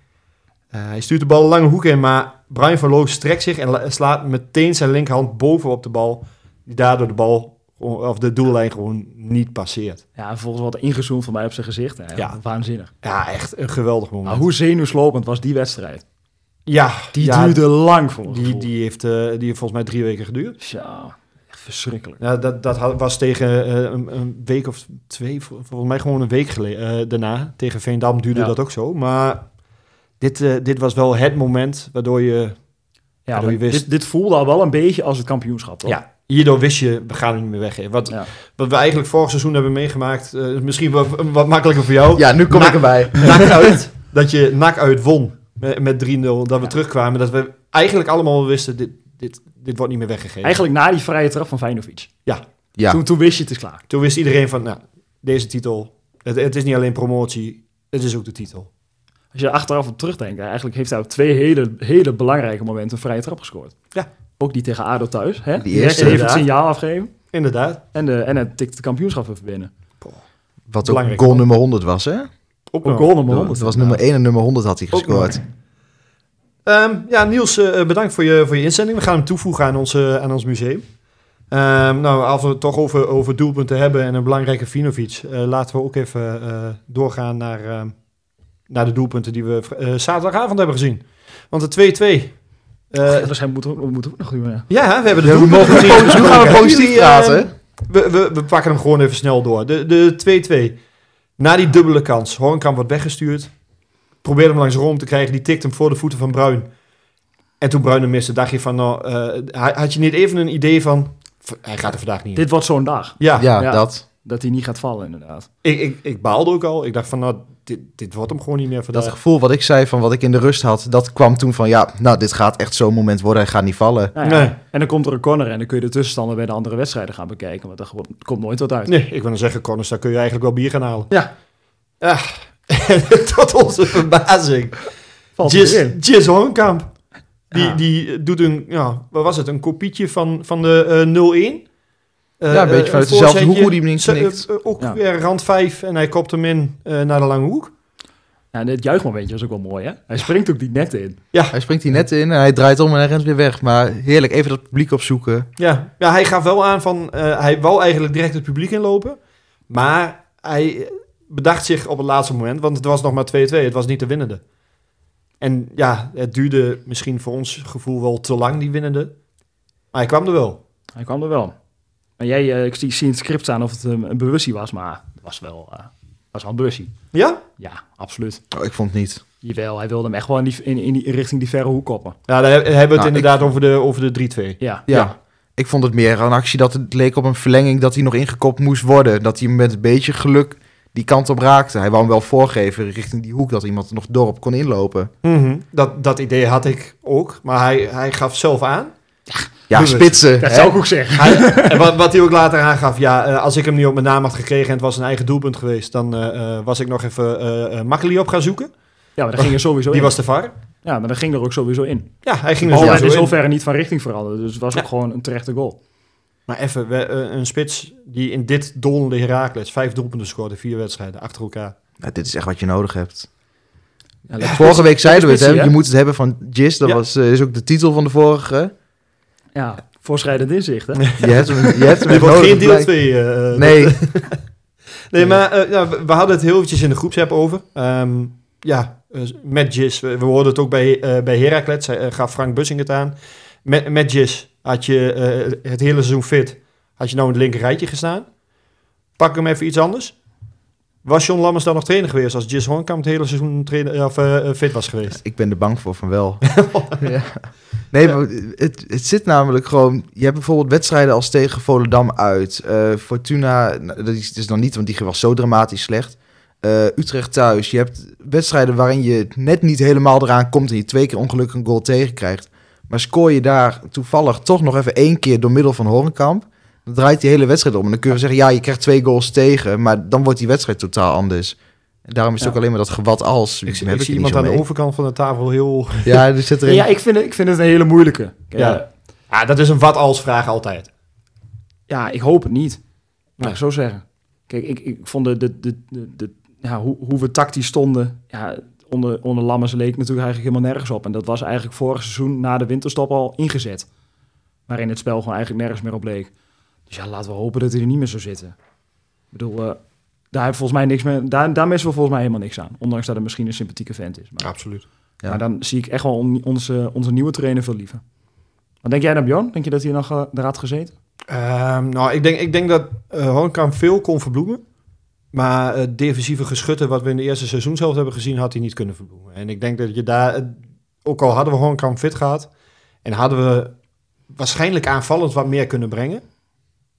Speaker 2: Eh, hij stuurt de bal een lange hoek in, maar Brian van Loo strekt zich en la- slaat meteen zijn linkerhand bovenop de bal. Die daardoor de bal, of de doellijn gewoon niet passeert.
Speaker 3: Ja, en volgens wat ingezoomd van mij op zijn gezicht. Ja,
Speaker 2: Ja.
Speaker 3: Waanzinnig.
Speaker 2: Ja, echt een geweldig moment.
Speaker 3: Maar hoe zenuwslopend was die wedstrijd?
Speaker 2: ja,
Speaker 3: Die
Speaker 2: ja,
Speaker 3: duurde lang voor
Speaker 2: Die, die, heeft, eh, die heeft volgens mij drie weken geduurd.
Speaker 3: Ja, Verschrikkelijk.
Speaker 2: Ja, dat, dat had- was tegen eh, een, een week of twee, vol- volgens mij gewoon een week geleden. eh, daarna, tegen Veendam duurde
Speaker 3: Ja.
Speaker 2: dat ook zo. Maar dit, eh, dit was wel het moment waardoor je...
Speaker 3: Ja,
Speaker 2: Waardoor
Speaker 3: maar
Speaker 2: je wist-
Speaker 3: dit, dit voelde al wel een beetje als het kampioenschap, toch?
Speaker 2: Ja, hierdoor wist je, we gaan hem niet meer weggeven. Wat,
Speaker 3: Ja.
Speaker 2: wat we eigenlijk vorig seizoen hebben meegemaakt, eh, misschien wat, wat makkelijker voor jou.
Speaker 4: Ja, nu kom
Speaker 2: Maar-
Speaker 4: ik erbij.
Speaker 2: NAC uit, dat je NAC uit won met, met 3-0. Dat we
Speaker 3: Ja.
Speaker 2: terugkwamen, dat we eigenlijk allemaal wel wisten, dit, dit, dit wordt niet meer weggegeven.
Speaker 3: Eigenlijk na die vrije trap van Feyenoord.
Speaker 4: Ja.
Speaker 3: Toen, toen wist je het is klaar.
Speaker 2: Toen wist iedereen van, nou, deze titel, het, het is niet alleen promotie, het is ook de titel.
Speaker 3: Als je er achteraf op terugdenkt, hè, eigenlijk heeft hij op twee hele, hele belangrijke momenten een vrije trap gescoord.
Speaker 2: Ja.
Speaker 3: Ook die tegen ADO thuis. Hè?
Speaker 4: Die
Speaker 3: Direct
Speaker 4: eerste,
Speaker 3: even het
Speaker 2: inderdaad.
Speaker 3: signaal afgeven.
Speaker 2: Inderdaad.
Speaker 3: En, de, en het tikt de kampioenschap even binnen.
Speaker 4: Wat ook
Speaker 2: Belangrijk.
Speaker 4: goal nummer 100 was, hè?
Speaker 2: Ook
Speaker 3: Ook
Speaker 2: nog.
Speaker 3: goal nummer
Speaker 4: Dat
Speaker 3: 100.
Speaker 4: was nummer 1 en nummer 100 had hij
Speaker 2: Ook
Speaker 4: gescoord.
Speaker 2: Ehm, ja, Niels, eh, bedankt voor je, voor je inzending. We gaan hem toevoegen aan ons, eh, aan ons museum. Ehm, nou, als we het toch over, over doelpunten hebben en een belangrijke Vinovic, eh, laten we ook even eh, doorgaan naar, ehm, naar de doelpunten die we vr- eh, zaterdagavond hebben gezien. Want de 2-2. eh,
Speaker 3: Ja, dus hij moet, ook- we moeten ook nog doen. Ja.
Speaker 2: ja, we hebben de
Speaker 4: Ja, we
Speaker 2: doelpunten
Speaker 4: mogen
Speaker 2: gezien.
Speaker 4: positief- nu gaan we positief
Speaker 2: Jullie, eh,
Speaker 4: praten.
Speaker 2: We, we, we pakken hem gewoon even snel door. De, de 2-2. Na die dubbele kans. Hoornkamp wordt weggestuurd. Probeerde hem langs Rome te krijgen. Die tikt hem voor de voeten van Bruin. En toen Bruin hem miste, dacht je van... Nou, eh, ha- had je niet even een idee van... v- Hij gaat er vandaag niet in.
Speaker 3: Dit wordt zo'n dag
Speaker 2: Ja,
Speaker 4: Ja,
Speaker 3: Ja.
Speaker 4: dat.
Speaker 3: dat hij niet gaat vallen, inderdaad.
Speaker 2: Ik, ik, ik baalde ook al. Ik dacht van... Nou, dit, dit wordt hem gewoon niet meer vandaag.
Speaker 4: Dat gevoel wat ik zei van wat ik in de rust had, dat kwam toen van ja, nou dit gaat echt zo'n moment worden, hij gaat niet vallen.
Speaker 3: Nou ja,
Speaker 2: Nee.
Speaker 3: En dan komt er een corner en dan kun je de tussenstanden bij de andere wedstrijden gaan bekijken. Want dat komt nooit wat uit.
Speaker 2: Nee, ik wil dan zeggen, Connors, daar kun je eigenlijk wel bier gaan halen.
Speaker 3: Ja.
Speaker 2: Ja. Tot onze verbazing.
Speaker 3: Valt
Speaker 2: Jis,
Speaker 3: erin.
Speaker 2: Jis Hoornkamp. Die,
Speaker 3: Ja.
Speaker 2: die eh, doet een, ja, wat was het, een kopietje van, van de eh, 0-1. Eh,
Speaker 4: Ja, een beetje
Speaker 2: eh,
Speaker 4: vanuit dezelfde
Speaker 2: voorzetje.
Speaker 4: hoek hoe die hem inknikt.
Speaker 2: Zo, eh, eh, ook
Speaker 3: Ja.
Speaker 2: weer rand 5 en hij kopt hem in eh, naar de lange hoek.
Speaker 3: Ja, en het juichmomentje was ook wel mooi, hè? Hij springt ook die net in.
Speaker 4: Hij springt hier net in en hij draait om en hij rent weer weg. Maar heerlijk, even dat publiek opzoeken.
Speaker 2: Ja, ja hij gaf wel aan van, eh, hij wou eigenlijk direct het publiek inlopen. Maar hij eh, bedacht zich op het laatste moment, want het was nog maar 2-2. Het was niet de winnende. En ja, het duurde misschien voor ons gevoel wel te lang, die winnende. Maar hij kwam er wel.
Speaker 3: Hij kwam er wel. Maar jij, eh, ik zie, zie in het script staan of het eh, een, een bewustie was, maar het was wel, eh, was wel een bewustie.
Speaker 2: Ja?
Speaker 3: Ja, absoluut.
Speaker 4: Oh, ik vond het niet.
Speaker 3: Jawel, hij wilde hem echt wel in die, in, in die, richting die verre hoek koppen.
Speaker 2: Ja, daar hebben we het
Speaker 4: Nou,
Speaker 2: inderdaad over de, over de 3-2.
Speaker 3: Ja.
Speaker 4: Ja.
Speaker 2: Ja.
Speaker 4: Ik vond het meer een actie dat het leek op een verlenging dat hij nog ingekopt moest worden. Dat hij hem met een beetje geluk die kant op raakte. Hij wou hem wel voorgeven richting die hoek dat iemand er nog door op kon inlopen.
Speaker 2: Mhm. dat, dat idee had ik ook, maar hij, hij gaf zelf aan.
Speaker 4: Ja,
Speaker 2: Doe het.
Speaker 4: spitsen.
Speaker 3: Dat
Speaker 4: hè?
Speaker 3: zou ik ook zeggen.
Speaker 2: Hij, en wat, wat hij ook later aangaf, ja, eh, als ik hem niet op mijn naam had gekregen en het was een eigen doelpunt geweest, dan eh, eh, was ik nog even eh eh, Makkeli op gaan zoeken.
Speaker 3: Ja, maar dat ging er sowieso
Speaker 2: Die
Speaker 3: in.
Speaker 2: was de VAR.
Speaker 3: Ja, maar dat ging er ook sowieso in.
Speaker 2: Ja, hij ging er
Speaker 3: Bal werd
Speaker 2: sowieso
Speaker 3: in
Speaker 2: in.
Speaker 3: zoverre niet van richting veranderd, dus het was ook gewoon een terechte goal.
Speaker 2: Maar even, we- eh, een spits die in dit dolende Herakles vijf doelpunten scoorde, vier wedstrijden achter elkaar.
Speaker 4: Nou, dit is echt wat je nodig hebt.
Speaker 3: Ja, lekker.
Speaker 4: Vorige week zeiden we het, hè?
Speaker 3: spitsie,
Speaker 4: je
Speaker 3: hè?
Speaker 4: moet het hebben van Jis. Dat
Speaker 2: Ja.
Speaker 4: was, eh, is ook de titel van de vorige.
Speaker 3: Ja, voorschrijdend inzicht, hè?
Speaker 4: Je hebt hem, je hebt hem
Speaker 2: Er wordt
Speaker 4: nodig,
Speaker 2: geen deel
Speaker 4: blijkt.
Speaker 2: 2. eh,
Speaker 4: Nee,
Speaker 2: Nee, maar eh, ja, we we hadden het heel eventjes in de groepsapp over. Ehm, ja, eh, met Jis. We, we hoorden het ook bij, eh bij Heracles. Hij, eh, gaf Frank Bussing het aan. Met, met Jis had je eh, het hele seizoen fit. Had je nou in het linker rijtje gestaan. Pak hem even iets anders. Was John Lammers dan nog trainer geweest als Jis Hornkamp het hele seizoen trainer, of, eh, eh, fit was geweest?
Speaker 4: ik ben er bang voor van wel. ja. Nee, maar het, het zit namelijk gewoon... Je hebt bijvoorbeeld wedstrijden als tegen Volendam uit. eh, Fortuna, nou, dat is, is dan niet, want die was zo dramatisch slecht. Eh, Utrecht thuis. Je hebt wedstrijden waarin je net niet helemaal eraan komt... en je twee keer ongelukkig een goal tegenkrijgt. Maar scoor je daar toevallig toch nog even één keer door middel van Horenkamp... dan draait die hele wedstrijd om. En dan kun je zeggen, ja, je krijgt twee goals tegen... maar dan wordt die wedstrijd totaal anders. En daarom is het
Speaker 3: Ja.
Speaker 4: ook alleen maar dat gewat als.
Speaker 2: Ik, zie-
Speaker 4: heb
Speaker 2: ik zie
Speaker 4: er
Speaker 2: iemand
Speaker 4: niet zo
Speaker 2: aan de
Speaker 4: mee.
Speaker 2: overkant van de tafel heel...
Speaker 4: Ja, er zit
Speaker 3: Ja,
Speaker 4: erin.
Speaker 3: ik vind, het, ik vind het een hele moeilijke.
Speaker 2: Ja.
Speaker 3: Ja,
Speaker 2: Ja, Ah, dat is een wat-als-vraag altijd.
Speaker 3: Ja, ik hoop het niet. Laat
Speaker 2: Nee.
Speaker 3: ik zo zeggen. Kijk, ik, ik vond de, de, de, de, de- ja, hoe, hoe we tactisch stonden... Ja, onder, onder Lammers leek natuurlijk eigenlijk helemaal nergens op. En dat was eigenlijk vorig seizoen na de winterstop al ingezet. Waarin het spel gewoon eigenlijk nergens meer op leek. Dus ja, laten we hopen dat hij er niet meer zou zitten. Ik bedoel, eh, daar, heeft volgens mij niks meer, daar, daar missen we volgens mij helemaal niks aan. Ondanks dat het misschien een sympathieke vent is. Maar,
Speaker 2: Absoluut.
Speaker 4: Ja.
Speaker 3: maar dan zie ik echt wel on- onze, onze nieuwe trainer veel liever. Wat denk jij dan, Bjorn? Denk je dat hij nog eh, er had gezeten?
Speaker 2: Ehm, nou, ik denk, ik denk dat eh Hoornkamp veel kon verbloemen. Maar het defensieve geschutten wat we in de eerste seizoenshelft hebben gezien, had hij niet kunnen verbloemen. En ik denk dat je daar, eh, ook al hadden we Hoornkamp fit gehad, en hadden we waarschijnlijk aanvallend wat meer kunnen brengen,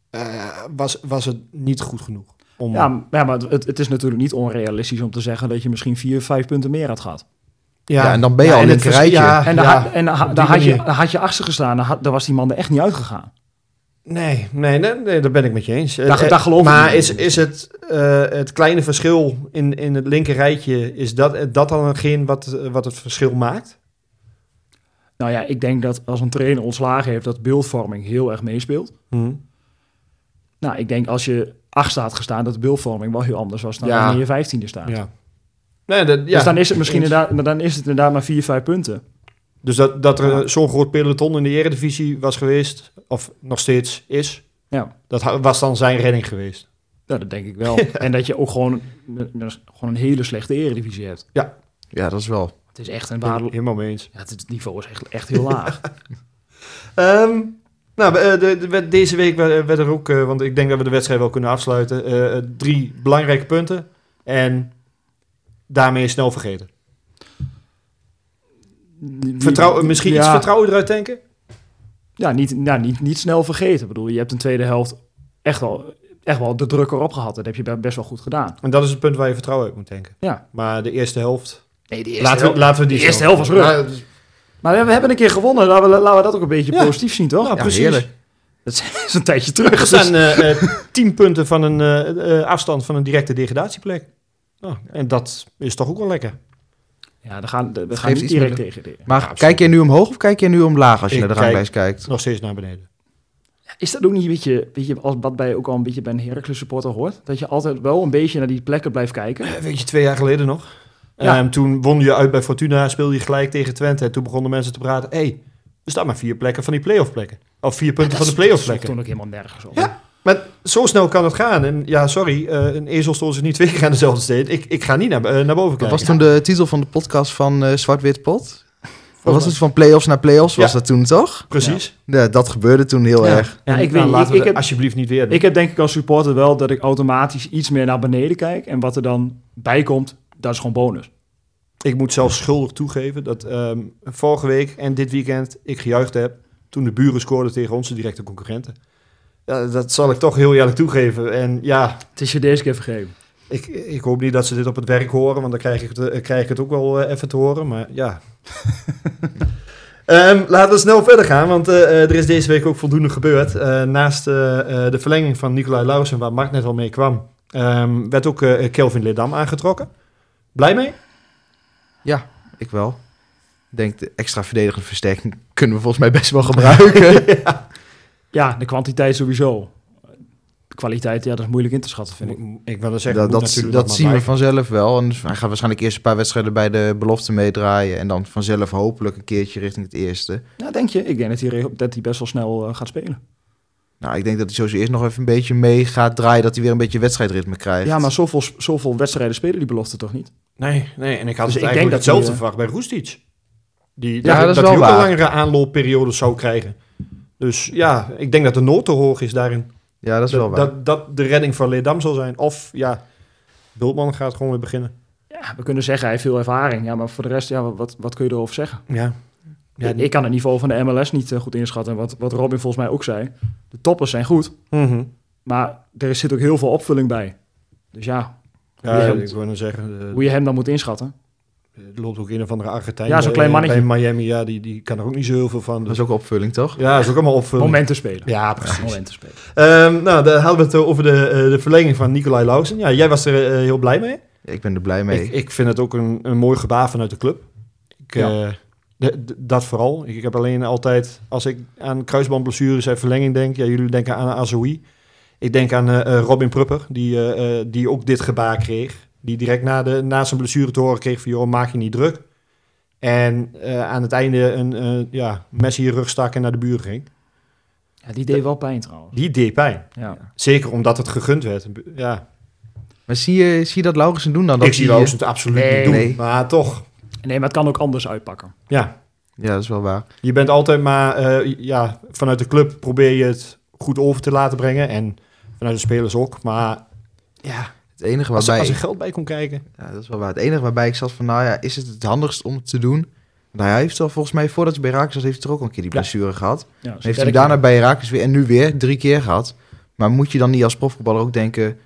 Speaker 2: eh, was, was het niet goed genoeg. Om,
Speaker 3: Ja,
Speaker 2: ja,
Speaker 3: m- ja, maar het, het is natuurlijk niet onrealistisch om te zeggen dat je misschien vier, vijf punten meer had gehad.
Speaker 4: Ja, en dan ben je al
Speaker 2: en
Speaker 4: in
Speaker 2: het
Speaker 4: het
Speaker 2: vers-
Speaker 4: rijtje.
Speaker 2: Ja,
Speaker 3: En daar
Speaker 2: ja.
Speaker 3: had- en daar ha-
Speaker 2: op
Speaker 3: daar
Speaker 2: die
Speaker 3: had je-
Speaker 2: manier.
Speaker 3: daar had je achter gestaan, daar, had- daar was die man er echt niet uitgegaan.
Speaker 2: Nee, nee, nee, nee, daar ben ik met je eens.
Speaker 3: Daar-
Speaker 2: Eh,
Speaker 3: daar geloof ik
Speaker 2: maar
Speaker 3: niet in.
Speaker 2: is, is het, eh, het kleine verschil in, in het linker rijtje, is dat, eh, dat dan hetgeen wat, eh, wat het verschil maakt?
Speaker 3: Nou ja, ik denk dat als een trainer ontslagen heeft, dat beeldvorming heel erg meespeelt. Hmm. Nou, ik denk als je achtste had gestaan, dat de beeldvorming wel heel anders was dan
Speaker 2: Ja.
Speaker 3: wanneer je vijftiende staat.
Speaker 2: Ja. Nee, dat, ja.
Speaker 3: dus dan is het misschien
Speaker 2: Eens.
Speaker 3: inderdaad, maar dan is het inderdaad maar vier, vijf punten.
Speaker 2: Dus dat, dat er eh, zo'n groot peloton in de eredivisie was geweest, of nog steeds is,
Speaker 3: Ja.
Speaker 2: dat ha- was dan zijn redding geweest.
Speaker 3: Nou, dat denk ik wel. En dat je ook gewoon, gewoon een hele slechte eredivisie hebt.
Speaker 4: Ja, dat is wel.
Speaker 3: Het is echt een waarde...
Speaker 2: Helemaal mee eens.
Speaker 3: Ja, het- het niveau is echt, echt heel laag.
Speaker 2: Ehm, nou, eh, de- de- werd- deze week werd werd er ook, eh, want ik denk dat we de wedstrijd wel kunnen afsluiten, eh, eh, drie belangrijke punten. En daarmee snel vergeten. Vertrouw, misschien iets
Speaker 3: Ja.
Speaker 2: vertrouwen eruit tanken?
Speaker 3: Ja, niet, nou, niet, niet snel vergeten. Ik bedoel, je hebt een tweede helft echt wel, echt wel de druk erop gehad. Dat heb je be- best wel goed gedaan.
Speaker 2: En dat is het punt waar je vertrouwen uit moet tanken.
Speaker 3: Ja.
Speaker 2: Maar de eerste helft...
Speaker 3: Nee, de eerste
Speaker 2: laten, we, laten we die
Speaker 3: de eerste
Speaker 2: snel-
Speaker 3: helft was ruk.
Speaker 2: Ja,
Speaker 3: Maar Nou, we, we hebben een keer gewonnen. Laten we, laten we dat ook een beetje
Speaker 2: Ja.
Speaker 3: positief zien, toch?
Speaker 2: nou,
Speaker 4: Ja,
Speaker 2: precies.
Speaker 4: heerlijk.
Speaker 3: Dat is- dat is een tijdje terug. Dus-
Speaker 2: We staan eh, eh, tien punten van een eh, eh, afstand van een directe degradatieplek. Nou, en dat is toch ook wel lekker.
Speaker 3: Ja, daar gaan, daar- we gaan
Speaker 4: geeft
Speaker 3: niet
Speaker 4: iets
Speaker 3: direct
Speaker 4: meer-
Speaker 3: tegen. tegen.
Speaker 4: Maar
Speaker 2: Ja, absoluut.
Speaker 4: kijk je nu omhoog of kijk je nu omlaag als je
Speaker 2: Ik
Speaker 4: naar de
Speaker 2: kijk-
Speaker 4: ranglijst kijkt?
Speaker 2: Nog steeds naar beneden.
Speaker 3: Is dat ook niet een beetje, weet je, als wat bij ook al een beetje bij een Heracles supporter hoort? Dat je altijd wel een beetje naar die plekken blijft kijken.
Speaker 2: Eh, Weet je, twee jaar geleden nog.
Speaker 3: Ja.
Speaker 2: Ehm, toen won je uit bij Fortuna, speelde je gelijk tegen Twente. En toen begonnen mensen te praten. Hé, hey, er staan maar vier plekken van die playoff plekken. Of vier punten van de playoff
Speaker 3: Dat is
Speaker 2: plekken.
Speaker 3: toen ook helemaal nergens op.
Speaker 2: Ja. Maar zo snel kan het gaan. En ja, sorry, eh, een ezel stoot zich niet twee keer aan dezelfde steen. Ik, ik ga niet naar, eh, naar boven kijken.
Speaker 4: Dat was toen de titel van de podcast van eh, Zwart-Wit Pot. Wat was
Speaker 2: mij.
Speaker 4: het van play-offs naar play-offs? Was
Speaker 2: Ja.
Speaker 4: dat toen toch?
Speaker 2: Precies.
Speaker 4: Ja, dat gebeurde toen heel
Speaker 2: Ja.
Speaker 4: erg.
Speaker 2: En,
Speaker 3: Ja, ik
Speaker 2: nou,
Speaker 3: weet niet,
Speaker 2: laten
Speaker 3: ik-
Speaker 2: we
Speaker 3: ik
Speaker 2: dat
Speaker 3: heb-
Speaker 2: alsjeblieft niet weer doen.
Speaker 3: Ik heb denk ik als supporter wel dat ik automatisch iets meer naar beneden kijk. En wat er dan bij komt, dat is gewoon bonus.
Speaker 2: Ik moet zelfs schuldig toegeven dat ehm, vorige week en dit weekend ik gejuicht heb toen de buren scoorden tegen onze directe concurrenten. Ja, dat zal ik toch heel eerlijk toegeven. En ja,
Speaker 3: Het is je deze keer vergeven.
Speaker 2: ik, ik hoop niet dat ze dit op het werk horen, want dan krijg ik het, eh, krijg ik het ook wel eh, even te horen. Maar ja. Ehm, laten we snel verder gaan, want eh, eh, er is deze week ook voldoende gebeurd. Eh, naast eh, eh, de verlenging van Nicolai Lauwersen, waar Mark net al mee kwam, ehm, werd ook eh, Kelvin Ledam aangetrokken. Blij mee?
Speaker 4: Ik wel. Ik denk, de extra verdedigende versterking kunnen we volgens mij best wel gebruiken.
Speaker 3: Ja, de kwantiteit sowieso. De kwaliteit, ja, dat is moeilijk in te schatten, vind ik.
Speaker 2: Ik wil dat zeggen,
Speaker 4: dat
Speaker 2: moet
Speaker 4: dat,
Speaker 2: natuurlijk nog
Speaker 4: dat
Speaker 2: maar
Speaker 4: zien we
Speaker 2: blijken.
Speaker 4: vanzelf wel. En hij gaat waarschijnlijk eerst een paar wedstrijden bij de belofte meedraaien. En dan vanzelf hopelijk een keertje richting het eerste.
Speaker 3: Nou, denk je? Ik denk dat hij, re- dat hij best wel snel eh, gaat spelen.
Speaker 4: Nou, ik denk dat hij sowieso eerst nog even een beetje mee gaat draaien. Dat hij weer een beetje wedstrijdritme krijgt.
Speaker 3: Ja, maar zoveel, zoveel wedstrijden spelen die belofte toch niet?
Speaker 2: Nee, nee, en ik had
Speaker 3: Dus
Speaker 2: het
Speaker 3: ik
Speaker 2: eigenlijk
Speaker 3: denk dat
Speaker 2: hetzelfde
Speaker 3: die, eh,
Speaker 2: verwacht bij Roestic. Die,
Speaker 4: Ja,
Speaker 2: dat,
Speaker 4: dat is
Speaker 2: dat
Speaker 4: wel
Speaker 2: hij ook een
Speaker 4: waar.
Speaker 2: langere aanloopperiode zou krijgen. Dus ja, ik denk dat de nood te hoog is daarin.
Speaker 4: ja dat is wel waar.
Speaker 2: dat, dat de redding van Leerdam zal zijn. Of ja, Bultman gaat gewoon weer beginnen.
Speaker 3: Ja, we kunnen zeggen, hij heeft veel ervaring. Ja, maar voor de rest, ja, wat, wat kun je erover zeggen?
Speaker 2: Ja. ja
Speaker 3: ik, ik kan het niveau van de MLS niet eh, goed inschatten. Wat, wat Robin volgens mij ook zei. De toppers zijn goed,
Speaker 2: mhm.
Speaker 3: maar er zit ook heel veel opvulling bij. Dus ja,
Speaker 2: Ja,
Speaker 3: Ja.
Speaker 2: ik wil dan zeggen, eh,
Speaker 3: hoe je hem dan moet inschatten.
Speaker 2: er loopt ook een of andere Argentijn.
Speaker 3: Ja, zo'n
Speaker 2: bij-
Speaker 3: klein mannetje.
Speaker 2: Bij Miami, ja, die, die kan er ook niet zo heel veel van.
Speaker 4: dat
Speaker 2: Dus,
Speaker 4: is ook een opvulling, toch?
Speaker 2: ja, is ook allemaal opvulling.
Speaker 3: Momenten spelen.
Speaker 2: Ja, precies.
Speaker 3: Momenten spelen.
Speaker 2: Ehm, nou, daar hadden we het eh, over de, eh, de verlenging van Nicolai Lausen. Ja, jij was er eh, heel blij mee.
Speaker 4: Ik ben er blij mee.
Speaker 2: Ik, ik vind het ook een, een mooi gebaar vanuit de club. Ik,
Speaker 3: Ja.
Speaker 2: eh, d- d- dat vooral. Ik, ik heb alleen altijd, als ik aan kruisbandblessures en verlenging denk, ja, jullie denken aan Azoui. Ik denk aan eh, eh, Robin Prupper, die, eh, eh, die ook dit gebaar kreeg. Die direct na, de, na zijn blessure te horen kreeg van, joh, maak je niet druk. En eh, aan het einde een eh ja, mes in je rug stak en naar de buren ging.
Speaker 3: Ja, die deed wel pijn trouwens.
Speaker 2: Die deed pijn.
Speaker 3: Ja.
Speaker 2: Zeker omdat het gegund werd. Ja,
Speaker 4: Maar zie je, zie je dat Laurensen doen dan? Dat
Speaker 2: ik zie
Speaker 4: hij-
Speaker 2: Roos het absoluut
Speaker 3: Nee,
Speaker 2: niet doen.
Speaker 4: nee.
Speaker 2: Maar toch,
Speaker 3: Nee, maar het kan ook anders uitpakken.
Speaker 2: ja.
Speaker 4: Ja, dat is wel waar.
Speaker 2: Je bent altijd maar, eh, ja, vanuit de club probeer je het goed over te laten brengen. En vanuit de spelers ook. Maar ja,
Speaker 4: Het enige
Speaker 2: als, er-
Speaker 4: waarbij...
Speaker 2: als er geld bij kon kijken.
Speaker 4: Ja, dat is wel waar. Het enige waarbij ik zat van, nou ja, is het het handigst om het te doen? Nou, hij heeft al volgens mij, voordat hij bij Herakles was, heeft hij toch ook al een keer die
Speaker 2: Ja.
Speaker 4: blessure gehad.
Speaker 3: Ja,
Speaker 4: Dan heeft hij
Speaker 2: sterk,
Speaker 4: hem daarna bij Herakles weer en nu weer drie keer gehad. Maar moet je dan niet als profvoetballer ook denken,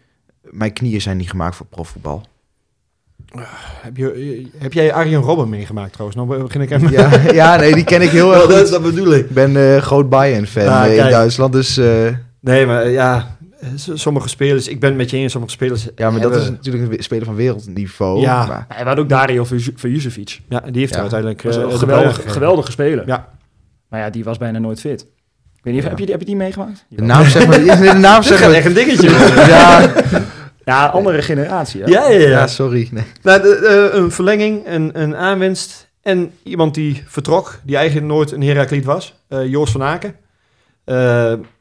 Speaker 4: mijn knieën zijn niet gemaakt voor profvoetbal?
Speaker 2: Heb, je, eh, heb jij Arjen Robben meegemaakt trouwens? Nou begin ik even...
Speaker 4: Ja, ja nee, die ken ik heel erg goed.
Speaker 2: dat bedoel ik.
Speaker 4: Ik ben eh, groot Bayern-fan
Speaker 2: Ah,
Speaker 4: eh, in
Speaker 2: kijk.
Speaker 4: Duitsland, dus eh,
Speaker 2: Nee, maar eh, ja, s- sommige spelers... Ik ben het met je eens, sommige spelers... eh,
Speaker 4: ja, maar dat
Speaker 2: hebben-
Speaker 4: is natuurlijk een we- speler van wereldniveau.
Speaker 2: Ja.
Speaker 4: Maar,
Speaker 3: Hij had ook Dario Vuj- Vujosevic.
Speaker 2: Ja, die heeft
Speaker 4: Ja.
Speaker 2: uiteindelijk...
Speaker 3: Dat was
Speaker 2: eh, de
Speaker 3: een geweldige,
Speaker 2: Belg.
Speaker 3: geweldige speler.
Speaker 2: Ja.
Speaker 3: Maar ja, die was bijna nooit fit. Ik weet niet, of-
Speaker 4: Ja. Nou.
Speaker 3: heb, je, die- heb je die meegemaakt?
Speaker 4: de naam zeg maar, nee, de naam
Speaker 2: Dit
Speaker 4: zeg
Speaker 2: gaat
Speaker 4: maar,
Speaker 2: echt een dingetje. worden.
Speaker 4: ja,
Speaker 3: Ja, andere generatie. Hè?
Speaker 2: ja, ja.
Speaker 4: ja, sorry. Nee.
Speaker 2: Nou, de- de- een verlenging, een, een aanwinst en iemand die vertrok, die eigenlijk nooit een Herakliet was, eh, Joost van Aken. Eh,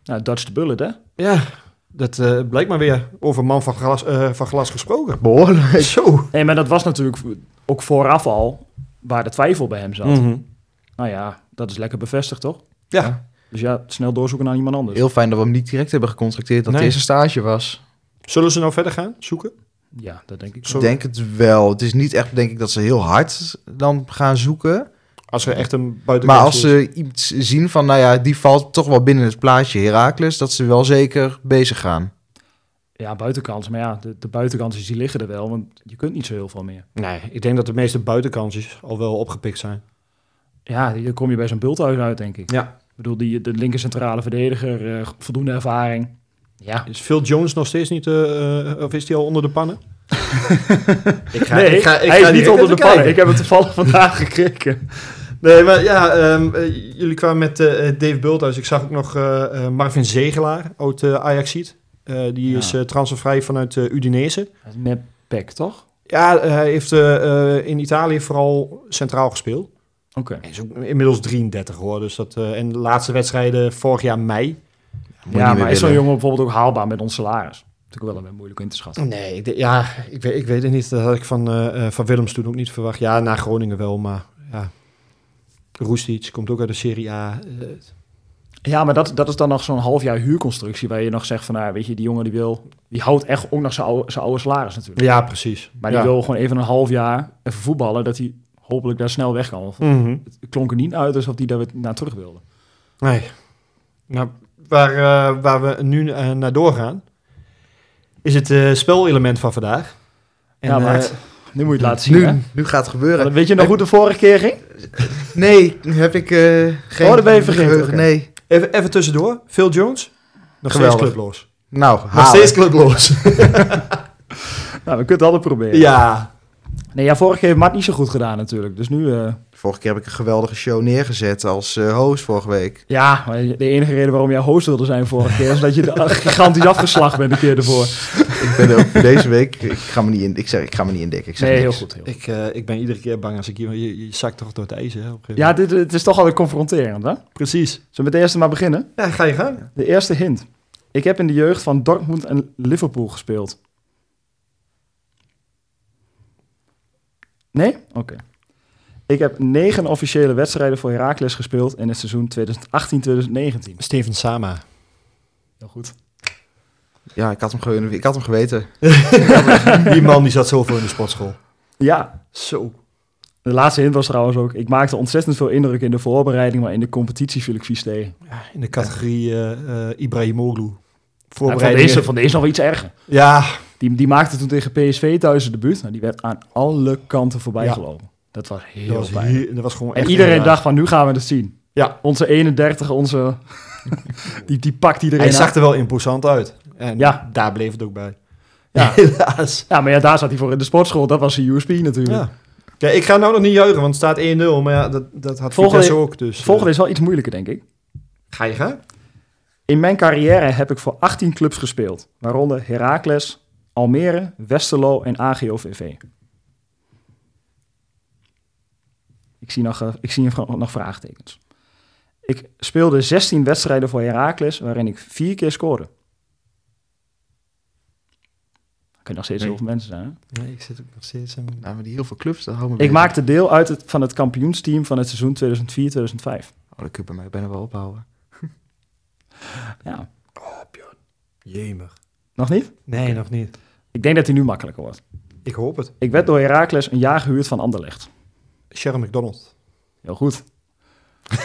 Speaker 3: Nou, Dutch de Bullet, hè?
Speaker 2: ja, dat eh, blijkt maar weer over man van glas, eh, van glas gesproken.
Speaker 4: Behoorlijk.
Speaker 2: Zo.
Speaker 3: Nee, maar dat was natuurlijk ook vooraf al waar de twijfel bij hem zat.
Speaker 2: Mhm.
Speaker 3: Nou ja, dat is lekker bevestigd, toch?
Speaker 2: Ja.
Speaker 3: Dus ja, snel doorzoeken naar iemand anders.
Speaker 4: Heel fijn dat we hem niet direct hebben gecontracteerd dat
Speaker 2: Nee.
Speaker 4: het eerst een stage was.
Speaker 2: Zullen ze nou verder gaan zoeken?
Speaker 3: Ja, dat denk ik.
Speaker 2: Zo-
Speaker 4: Ik denk het wel. Het is niet echt, denk ik, dat ze heel hard dan gaan zoeken.
Speaker 2: Als er echt een buiten.
Speaker 4: maar als ze iets zien van, nou ja, die valt toch wel binnen het plaatje Herakles, dat ze wel zeker bezig gaan.
Speaker 3: Ja, buitenkans. Maar ja, de, de buitenkansjes die liggen er wel, want je kunt niet zo heel veel meer.
Speaker 2: Nee, ik denk dat de meeste buitenkansjes al wel opgepikt zijn.
Speaker 3: Ja, die- dan kom je bij zo'n bulthuis uit, denk ik.
Speaker 2: Ja.
Speaker 3: Ik bedoel, die, de linker centrale verdediger, eh, voldoende ervaring. Ja.
Speaker 2: Is Phil Jones nog steeds niet, eh, eh, of is hij al onder de pannen? ik ga,
Speaker 3: nee, hij is niet onder de pannen. Ik heb het toevallig vandaag gekeken.
Speaker 2: Nee, maar ja, ehm, eh, jullie kwamen met eh, eh, Dave Bulthuis. Ik zag ook nog eh, eh, Marvin Zegelaar, oud eh Ajaxiet. Eh, die
Speaker 3: Ja.
Speaker 2: is eh, transfervrij vanuit eh, Udinese.
Speaker 3: Met pek, toch?
Speaker 2: Ja, eh, hij heeft eh, eh, in Italië vooral centraal gespeeld.
Speaker 3: Oké.
Speaker 2: Hij is ook inmiddels 33 hoor. Dus dat, eh, en de laatste wedstrijden vorig jaar mei.
Speaker 4: Moet je
Speaker 3: Ja,
Speaker 4: niet
Speaker 3: maar
Speaker 4: meer
Speaker 3: is zo'n
Speaker 4: willen.
Speaker 3: jongen bijvoorbeeld ook haalbaar met ons salaris? Natuurlijk wel een moeilijk in te schatten.
Speaker 2: Nee, ik, d- ja, ik, weet, ik weet het niet. Dat had ik van, eh, eh, van Willems toen ook niet verwacht. Ja, na Groningen wel, maar ja. Roestic komt ook uit de Serie A. Eh,
Speaker 3: Ja, maar dat, dat is dan nog zo'n half jaar huurconstructie waar je nog zegt van, nou, weet je, die jongen die wil, die houdt echt ook nog zijn oude, zijn oude salaris natuurlijk.
Speaker 2: ja, precies.
Speaker 3: Maar die
Speaker 2: Ja.
Speaker 3: wil gewoon even een half jaar even voetballen, dat hij hopelijk daar snel weg kan. Want
Speaker 2: Mhm.
Speaker 3: Het klonk er niet uit alsof hij daar weer naar terug wilde.
Speaker 2: Nee. Nou, waar, eh, waar we nu eh, naar doorgaan, is het eh, spelelement van vandaag.
Speaker 3: ja, maar
Speaker 2: eh,
Speaker 3: nu moet je het laten zien, hè?
Speaker 4: Nu, nu gaat het gebeuren.
Speaker 3: Want Weet je nog hoe de vorige keer ging?
Speaker 4: Nee, heb ik eh, geen
Speaker 3: Oh, dat ben je vergeten,
Speaker 4: geheugen.
Speaker 3: oké.
Speaker 4: Nee.
Speaker 2: even, even tussendoor, Phil Jones, nog
Speaker 4: Geweldig.
Speaker 2: steeds clubloos.
Speaker 4: Nou,
Speaker 2: Nog
Speaker 4: halen.
Speaker 2: steeds clubloos.
Speaker 3: Nou, we kunnen het altijd proberen.
Speaker 2: ja.
Speaker 3: Nee, ja, vorige keer heeft Mart niet zo goed gedaan natuurlijk. Dus nu, eh,
Speaker 4: Vorige keer heb ik een geweldige show neergezet als eh, host vorige week.
Speaker 3: ja, maar de enige reden waarom jij host wilde zijn vorige keer... is dat je de- gigantisch afgeslacht bent de keer ervoor.
Speaker 4: Ik ben ook voor deze week, ik ga me niet in, ik zeg, ik ga me niet indekken. Ik zeg
Speaker 3: Nee, heel
Speaker 4: niks.
Speaker 3: goed. Heel goed.
Speaker 2: Ik, eh, ik ben iedere keer bang als ik hier, je, je zakt toch door het ijs, hè? op een gegeven
Speaker 3: Ja,
Speaker 2: moment.
Speaker 3: dit, het is toch altijd confronterend, hè? Zullen
Speaker 2: precies.
Speaker 3: we met de eerste maar beginnen?
Speaker 2: Ja, ga je gang.
Speaker 3: De eerste hint. Ik heb in de jeugd van Dortmund en Liverpool gespeeld. Nee? Oké. Ik heb negen officiële wedstrijden voor Heracles gespeeld in het seizoen 2018-2019.
Speaker 2: Steven Sama.
Speaker 3: Heel goed.
Speaker 4: Ja, ik had hem, gewoon- ik had hem geweten.
Speaker 2: die man die zat zoveel in de sportschool.
Speaker 3: Ja,
Speaker 2: Zo.
Speaker 3: de laatste hint was trouwens ook... Ik maakte ontzettend veel indruk in de voorbereiding, maar in de competitie viel ik vies tegen.
Speaker 2: Ja, in de categorie eh eh Ibrahimoglu.
Speaker 3: Nou, van,
Speaker 2: Voorbereidingen.
Speaker 3: deze, van deze nog wel iets erger.
Speaker 2: Ja,
Speaker 3: Die, die maakte toen tegen PSV thuis de debuut. Nou, die werd aan alle kanten voorbij
Speaker 2: Ja.
Speaker 3: gelopen. Dat was heel
Speaker 2: dat was,
Speaker 3: pijnlijk.
Speaker 2: hier, dat was gewoon
Speaker 3: En
Speaker 2: echt
Speaker 3: iedereen
Speaker 2: heel raar.
Speaker 3: dacht van, nu gaan we het zien.
Speaker 2: Ja.
Speaker 3: Onze 31, onze... die, die pakt iedereen
Speaker 2: Hij zag
Speaker 3: aan.
Speaker 2: er wel imposant uit. En
Speaker 3: Ja.
Speaker 2: daar bleef het ook bij.
Speaker 3: Ja.
Speaker 2: Helaas.
Speaker 3: Ja, maar ja, daar zat hij voor in de sportschool. Dat was zijn USP natuurlijk.
Speaker 2: Ja. ja, ik ga nou nog niet juichen, want het staat 1-0. Maar ja, dat, dat had
Speaker 3: Volgende-
Speaker 2: Vitesse ook. Dus,
Speaker 3: Het volgende is wel iets moeilijker, denk ik.
Speaker 2: eh, Ga je gaan?
Speaker 3: In mijn carrière heb ik voor 18 clubs gespeeld. Waaronder Heracles, Almere, Westerlo en AGOVV. Ik zie nog, eh, ik zie nog nog vraagtekens. Ik speelde 16 wedstrijden voor Heracles, waarin ik vier keer scoorde. Dat kunnen nog steeds
Speaker 2: Nee.
Speaker 3: heel veel mensen zijn. hè?
Speaker 2: Nee, ik zit ook nog steeds... in-
Speaker 4: Nou, maar die heel veel clubs, dat houdt me
Speaker 3: Ik
Speaker 4: bezig.
Speaker 3: maakte deel uit het- van het kampioensteam van het seizoen 2004-2005.
Speaker 4: Oh, dat kun je bij mij bijna wel ophouden.
Speaker 3: Ja.
Speaker 2: Jemig.
Speaker 3: Nog niet?
Speaker 2: Nee, nog niet.
Speaker 3: Ik denk dat hij nu makkelijker wordt.
Speaker 2: Ik hoop het.
Speaker 3: Ik werd door Heracles een jaar gehuurd van Anderlecht.
Speaker 2: Sharon McDonald.
Speaker 3: Heel goed.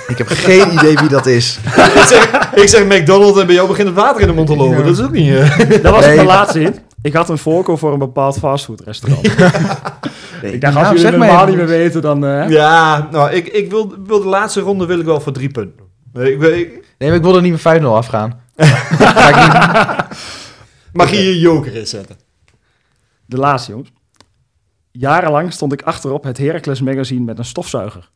Speaker 4: Ik heb geen idee wie dat is.
Speaker 2: ik, zeg, ik zeg McDonald en bij jou begint het water in de mond te lopen.
Speaker 4: Ja.
Speaker 2: Dat is ook niet... eh.
Speaker 3: Dat was
Speaker 4: Nee.
Speaker 3: de laatste hint. Ik had een voorkeur voor een bepaald fastfoodrestaurant. Ik dacht, als
Speaker 4: Nou,
Speaker 3: jullie
Speaker 4: zeg
Speaker 3: het
Speaker 4: maar
Speaker 3: helemaal niet meer
Speaker 4: even.
Speaker 3: weten, dan... eh,
Speaker 2: Ja, nou, ik, ik wil, wil de laatste ronde wil ik wel voor drie punten. Ik, wil- ik,
Speaker 4: Nee, maar ik wil er niet met 5-0 afgaan. Ga ik niet-
Speaker 2: mag hier je joker in zetten?
Speaker 3: De laatste, jongens. Jarenlang stond ik achterop het Heracles magazine met een stofzuiger.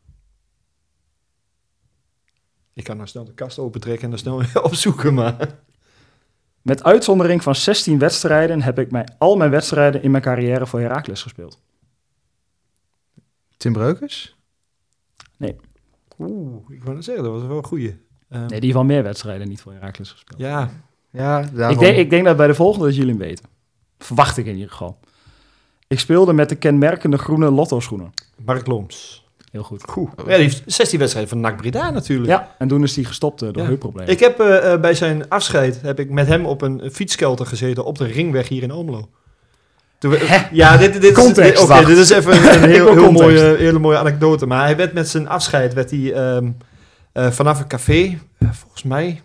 Speaker 2: Ik kan nou snel de kast opentrekken en dan snel weer opzoeken, maar...
Speaker 3: Met uitzondering van 16 wedstrijden heb ik mij al mijn wedstrijden in mijn carrière voor Heracles gespeeld.
Speaker 4: Tim Breukers?
Speaker 2: Oeh, ik wou net zeggen, dat was wel een goeie. Ehm,
Speaker 3: Nee, die van meer wedstrijden niet voor Heracles gespeeld.
Speaker 2: Ja,
Speaker 4: Ja, daarom.
Speaker 3: ik, denk, ik denk dat bij de volgende dat jullie hem weten. Verwacht ik in ieder geval. Ik speelde met de kenmerkende groene lotto-schoenen.
Speaker 2: Mark Loms.
Speaker 3: Heel goed.
Speaker 2: Goed. Ja, die heeft 16 wedstrijden van NAC Breda natuurlijk.
Speaker 3: Ja, en toen is die gestopt eh, door
Speaker 2: Ja.
Speaker 3: heupproblemen.
Speaker 2: Ik heb eh, eh, bij zijn afscheid heb ik met hem op een fietskelter gezeten op de ringweg hier in Almelo. Toen we- ja, dit, dit, is,
Speaker 3: Context,
Speaker 2: dit, oké,
Speaker 3: wacht.
Speaker 2: dit is even een
Speaker 3: Ik wil
Speaker 2: heel, heel
Speaker 3: context.
Speaker 2: mooie, hele mooie anekdote. Maar hij werd met zijn afscheid werd hij, ehm, eh, vanaf een café, eh, volgens mij.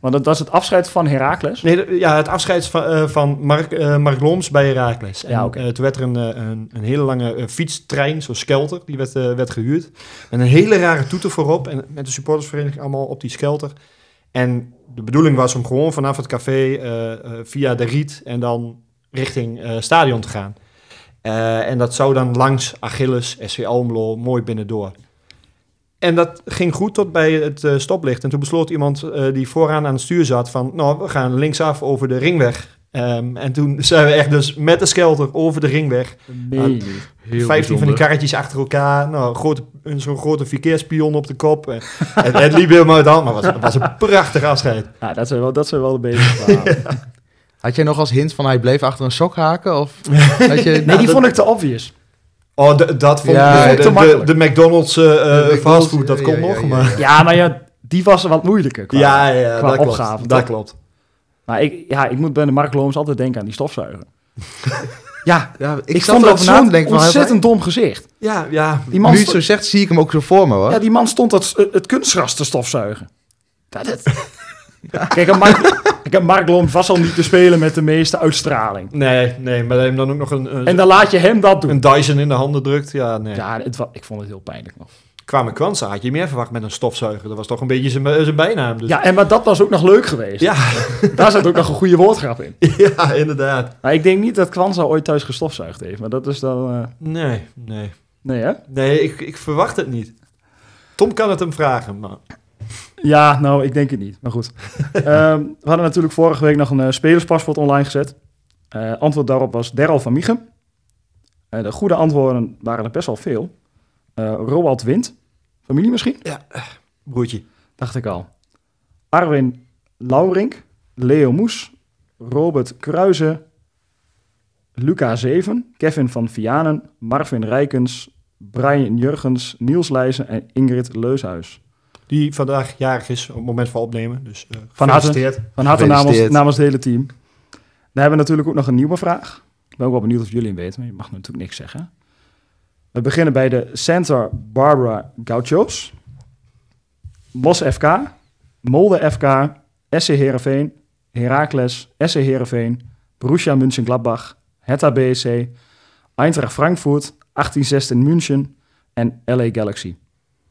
Speaker 3: Want dat was het afscheid van Heracles.
Speaker 2: Nee, de- ja, het afscheid van, eh, van Mark, eh, Mark Loms bij Herakles.
Speaker 3: Ja, oké.
Speaker 2: toen werd er een, eh, een, een hele lange eh, fietstrein, zo'n skelter, die werd, eh, werd gehuurd. Met een hele rare toeter voorop en met de supportersvereniging allemaal op die skelter. En de bedoeling was om gewoon vanaf het café eh, eh, via de Riet en dan richting eh, stadion te gaan. Eh, en dat zou dan langs Achilles, SC Almelo, mooi binnendoor. En dat ging goed tot bij het eh, stoplicht. En toen besloot iemand eh, die vooraan aan het stuur zat van... nou, we gaan linksaf over de ringweg. Ehm, en toen zijn we echt dus met de skelter over de ringweg.
Speaker 3: Nee, niet.
Speaker 2: 15 van die karretjes achter elkaar. Nou, een grote, een- zo'n grote verkeerspion op de kop. En, en het liep helemaal uit de hand, maar het was, het was een prachtig afscheid.
Speaker 3: Ja, dat zijn wel, dat zijn wel de betere verhalen.
Speaker 4: Had jij nog als hint van hij bleef achter een sok haken? Of had je... Nou,
Speaker 3: Nee, die
Speaker 2: dat-
Speaker 3: vond ik te obvious.
Speaker 2: Oh, d- dat vond
Speaker 4: Ja,
Speaker 2: ik
Speaker 4: te
Speaker 2: de, de,
Speaker 3: makkelijk.
Speaker 2: de McDonald's eh, eh,
Speaker 4: McDonald's,
Speaker 2: fastfood, dat
Speaker 4: ja,
Speaker 2: kon
Speaker 4: ja,
Speaker 2: nog,
Speaker 4: ja,
Speaker 2: maar...
Speaker 3: Ja, maar ja, die was wat moeilijker. qua-
Speaker 2: Ja, ja, ja,
Speaker 3: qua
Speaker 2: dat klopt.
Speaker 3: opgave,
Speaker 2: Dat
Speaker 3: toch?
Speaker 2: klopt.
Speaker 3: Maar ik, ja, ik moet bij de Mark Looms altijd denken aan die stofzuiger. ja,
Speaker 4: Ja, ik,
Speaker 3: ik,
Speaker 4: ik
Speaker 3: stond
Speaker 4: zat
Speaker 3: dat
Speaker 4: erover na te
Speaker 3: zo'n
Speaker 4: denken. Van,
Speaker 3: ontzettend dom gezicht.
Speaker 2: Ja, ja.
Speaker 3: Die
Speaker 4: nu
Speaker 3: man,
Speaker 4: je het
Speaker 3: sto-
Speaker 4: zo zegt, zie ik hem ook zo voor me hoor.
Speaker 3: ja, die man stond dat, het kunstras te stofzuigen. Dat het. Kijk, een Mark, kijk, een Mark Looms was al niet te spelen met de meeste uitstraling.
Speaker 2: Nee, nee, maar hij heeft dan ook nog een, een,
Speaker 3: En dan laat je hem dat doen.
Speaker 2: een Dyson in de handen drukt. Ja, nee.
Speaker 3: Ja, het, wa- ik vond het heel pijnlijk nog.
Speaker 2: Kwame Kwanza had je meer verwacht met een stofzuiger. Dat was toch een beetje zijn, zijn bijnaam. Dus.
Speaker 3: Ja, en, maar dat was ook nog leuk geweest.
Speaker 2: Ja,
Speaker 3: Daar zat ook nog een goede woordgrap in.
Speaker 2: ja, inderdaad.
Speaker 3: Maar Nou, ik denk niet dat Kwanza ooit thuis gestofzuigd heeft. Maar dat is dan... eh,
Speaker 2: Nee, nee.
Speaker 3: nee, hè?
Speaker 2: Nee, ik, ik verwacht het niet. Tom kan het hem vragen, maar...
Speaker 3: Ja, nou, ik denk het niet. Maar goed. Ehm, we hadden natuurlijk vorige week nog een eh, spelerspaspoort online gezet. Eh, antwoord daarop was Daryl van Miechem. Eh, de goede antwoorden waren er best wel veel. Eh Roald Wind, familie misschien?
Speaker 2: Broertje.
Speaker 3: Dacht ik al. Arwin Laurink, Leo Moes, Robert Kruijzen, Luca Zeven, Kevin van Vianen, Marvin Rijkens, Brian Jurgens, Niels Leijzen en Ingrid Leushuis.
Speaker 2: Die vandaag jarig is op het moment van opnemen. Dus eh
Speaker 3: Van harte.
Speaker 2: gefeliciteerd.
Speaker 3: Van harte namens,
Speaker 4: Gefeliciteerd.
Speaker 3: namens het hele team. Dan hebben we natuurlijk ook nog een nieuwe vraag. Ik ben ook wel benieuwd of jullie hem weten, maar je mag natuurlijk niks zeggen. We beginnen bij de Santa Barbara Gauchos. Mos FK, Molde FK, SC Heerenveen, Heracles, SC Heerenveen, Borussia Mönchengladbach, Hertha BSC, Eintracht Frankfurt, 1816 München en LA Galaxy.